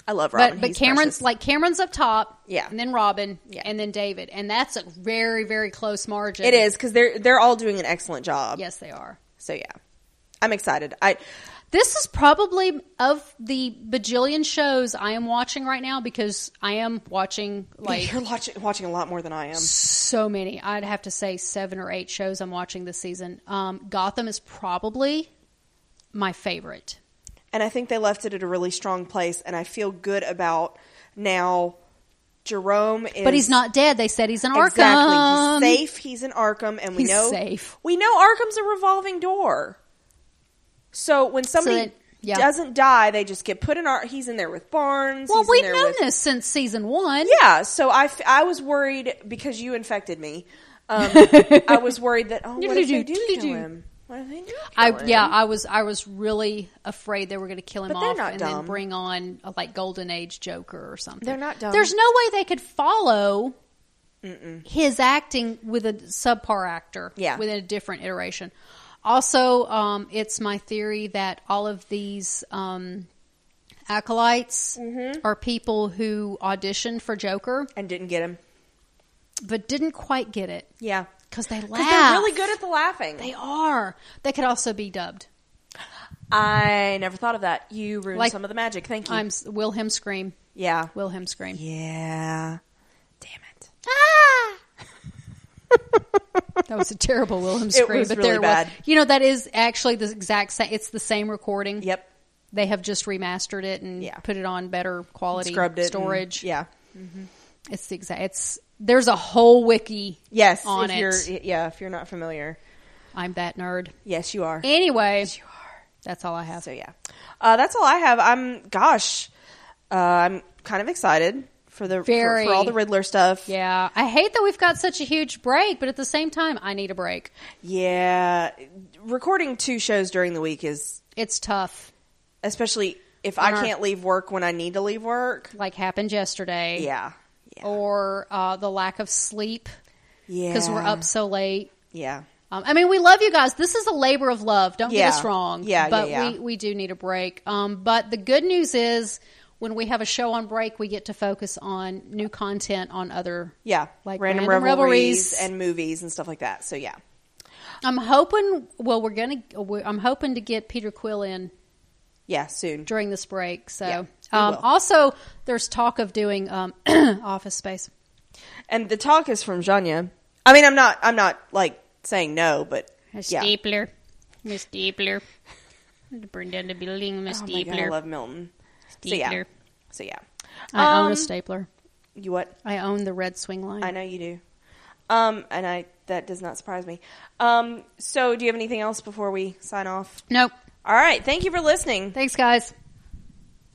I love Robin.
but, but
He's
Cameron's
precious.
like Cameron's up top,
Yeah.
and then Robin,
Yeah.
and then David, and that's a very very close margin.
it is because they're they're all doing an excellent job.
Yes, they are.
So yeah, I'm excited. I
This is probably of the bajillion shows I am watching right now because I am watching
(laughs)
like
you're watching watching a lot more than I am.
so many. I'd have to say seven or eight shows I'm watching this season. Um, Gotham is probably my favorite.
and I think they left it at a really strong place. And I feel good about now. Jerome is,
But he's not dead. They said he's in Arkham.
exactly. He's safe. He's in Arkham, and we
He's
know
safe.
We know Arkham's a revolving door. So when somebody
that- yeah.
doesn't die, they just get put in. Ar- he's in there with Barnes.
Well,
he's in
we've
there
known
with-
this since season one.
Yeah. So I, f- I was worried because you infected me.
(laughs)
Um, I was worried that oh, what if they do kill him? What if they do? Kill
I
him?
yeah, I was I was really afraid they were going to kill him
But they're
off
not
and
dumb.
then bring on a, like Golden Age Joker or something.
They're not dumb.
There's no way they could follow his acting with a subpar actor.
Yeah.
within a different iteration. Also, um, it's my theory that all of these um, acolytes
Mm-hmm.
are people who auditioned for Joker
and didn't get him.
but didn't quite get it
Yeah,
because they laugh.
because they're really good at the laughing.
They are. They could also be dubbed.
I never thought of that. You ruined
Like-
some of the magic. Thank you.
I'm will him scream.
yeah.
Will him scream.
Yeah. Damn it.
(laughs) That was a terrible Wilhelm scream,
was
but
really
there
bad.
was. You know that is actually the exact same. It's the same recording.
Yep.
They have just remastered it and
Yeah.
put it on better quality
Scrubbed it. and-
storage.
yeah.
it's the exact. It's there's a whole wiki.
Yes.
on
if
it.
You're, yeah. If you're not familiar.
I'm that nerd.
Yes, you are.
Anyway,
you are.
that's all I have.
So yeah. Uh, that's all I have. I'm. Gosh. Uh, I'm kind of excited for the for-
Very.
For, all the Riddler stuff.
yeah, I hate that we've got such a huge break, but at the same time, I need a break.
Yeah. Recording two shows during the week is
It's tough.
especially if
Uh-huh.
I can't leave work when I need to leave work.
Like happened yesterday.
Yeah. Yeah.
Or uh, the lack of sleep
Yeah.
because Oh, we're up so late.
Yeah.
Um, I mean, we love you guys. This is a labor of love. Don't
Yeah.
get us wrong.
Yeah, yeah,
but
yeah.
we we do need a break. Um, but the good news is when we have a show on break, we get to focus on new content on other.
Yeah,
like
random,
random
revelries,
revelries.
and movies and stuff like that. So yeah,
I'm hoping. Well, we're gonna. we I'm hoping to get Peter Quill in
yeah, soon.
during this break. So
Yeah, we
um,
will.
also, there's talk of doing um, (clears throat) Office Space.
And the talk is from Janya. I mean, I'm not, I'm not like saying no, but
Miss
yeah.
Stapler. Miss (laughs) Stapler. To burn down the building, Miss
Oh my God, I
Stapler.
love Milton. So yeah,
Stapler.
so yeah.
I own
Um,
a stapler.
You what?
I own the red swing line.
I know you do. Um, and I that does not surprise me. Um, so do you have anything else before we sign off?
nope.
All right, thank you for listening.
Thanks, guys.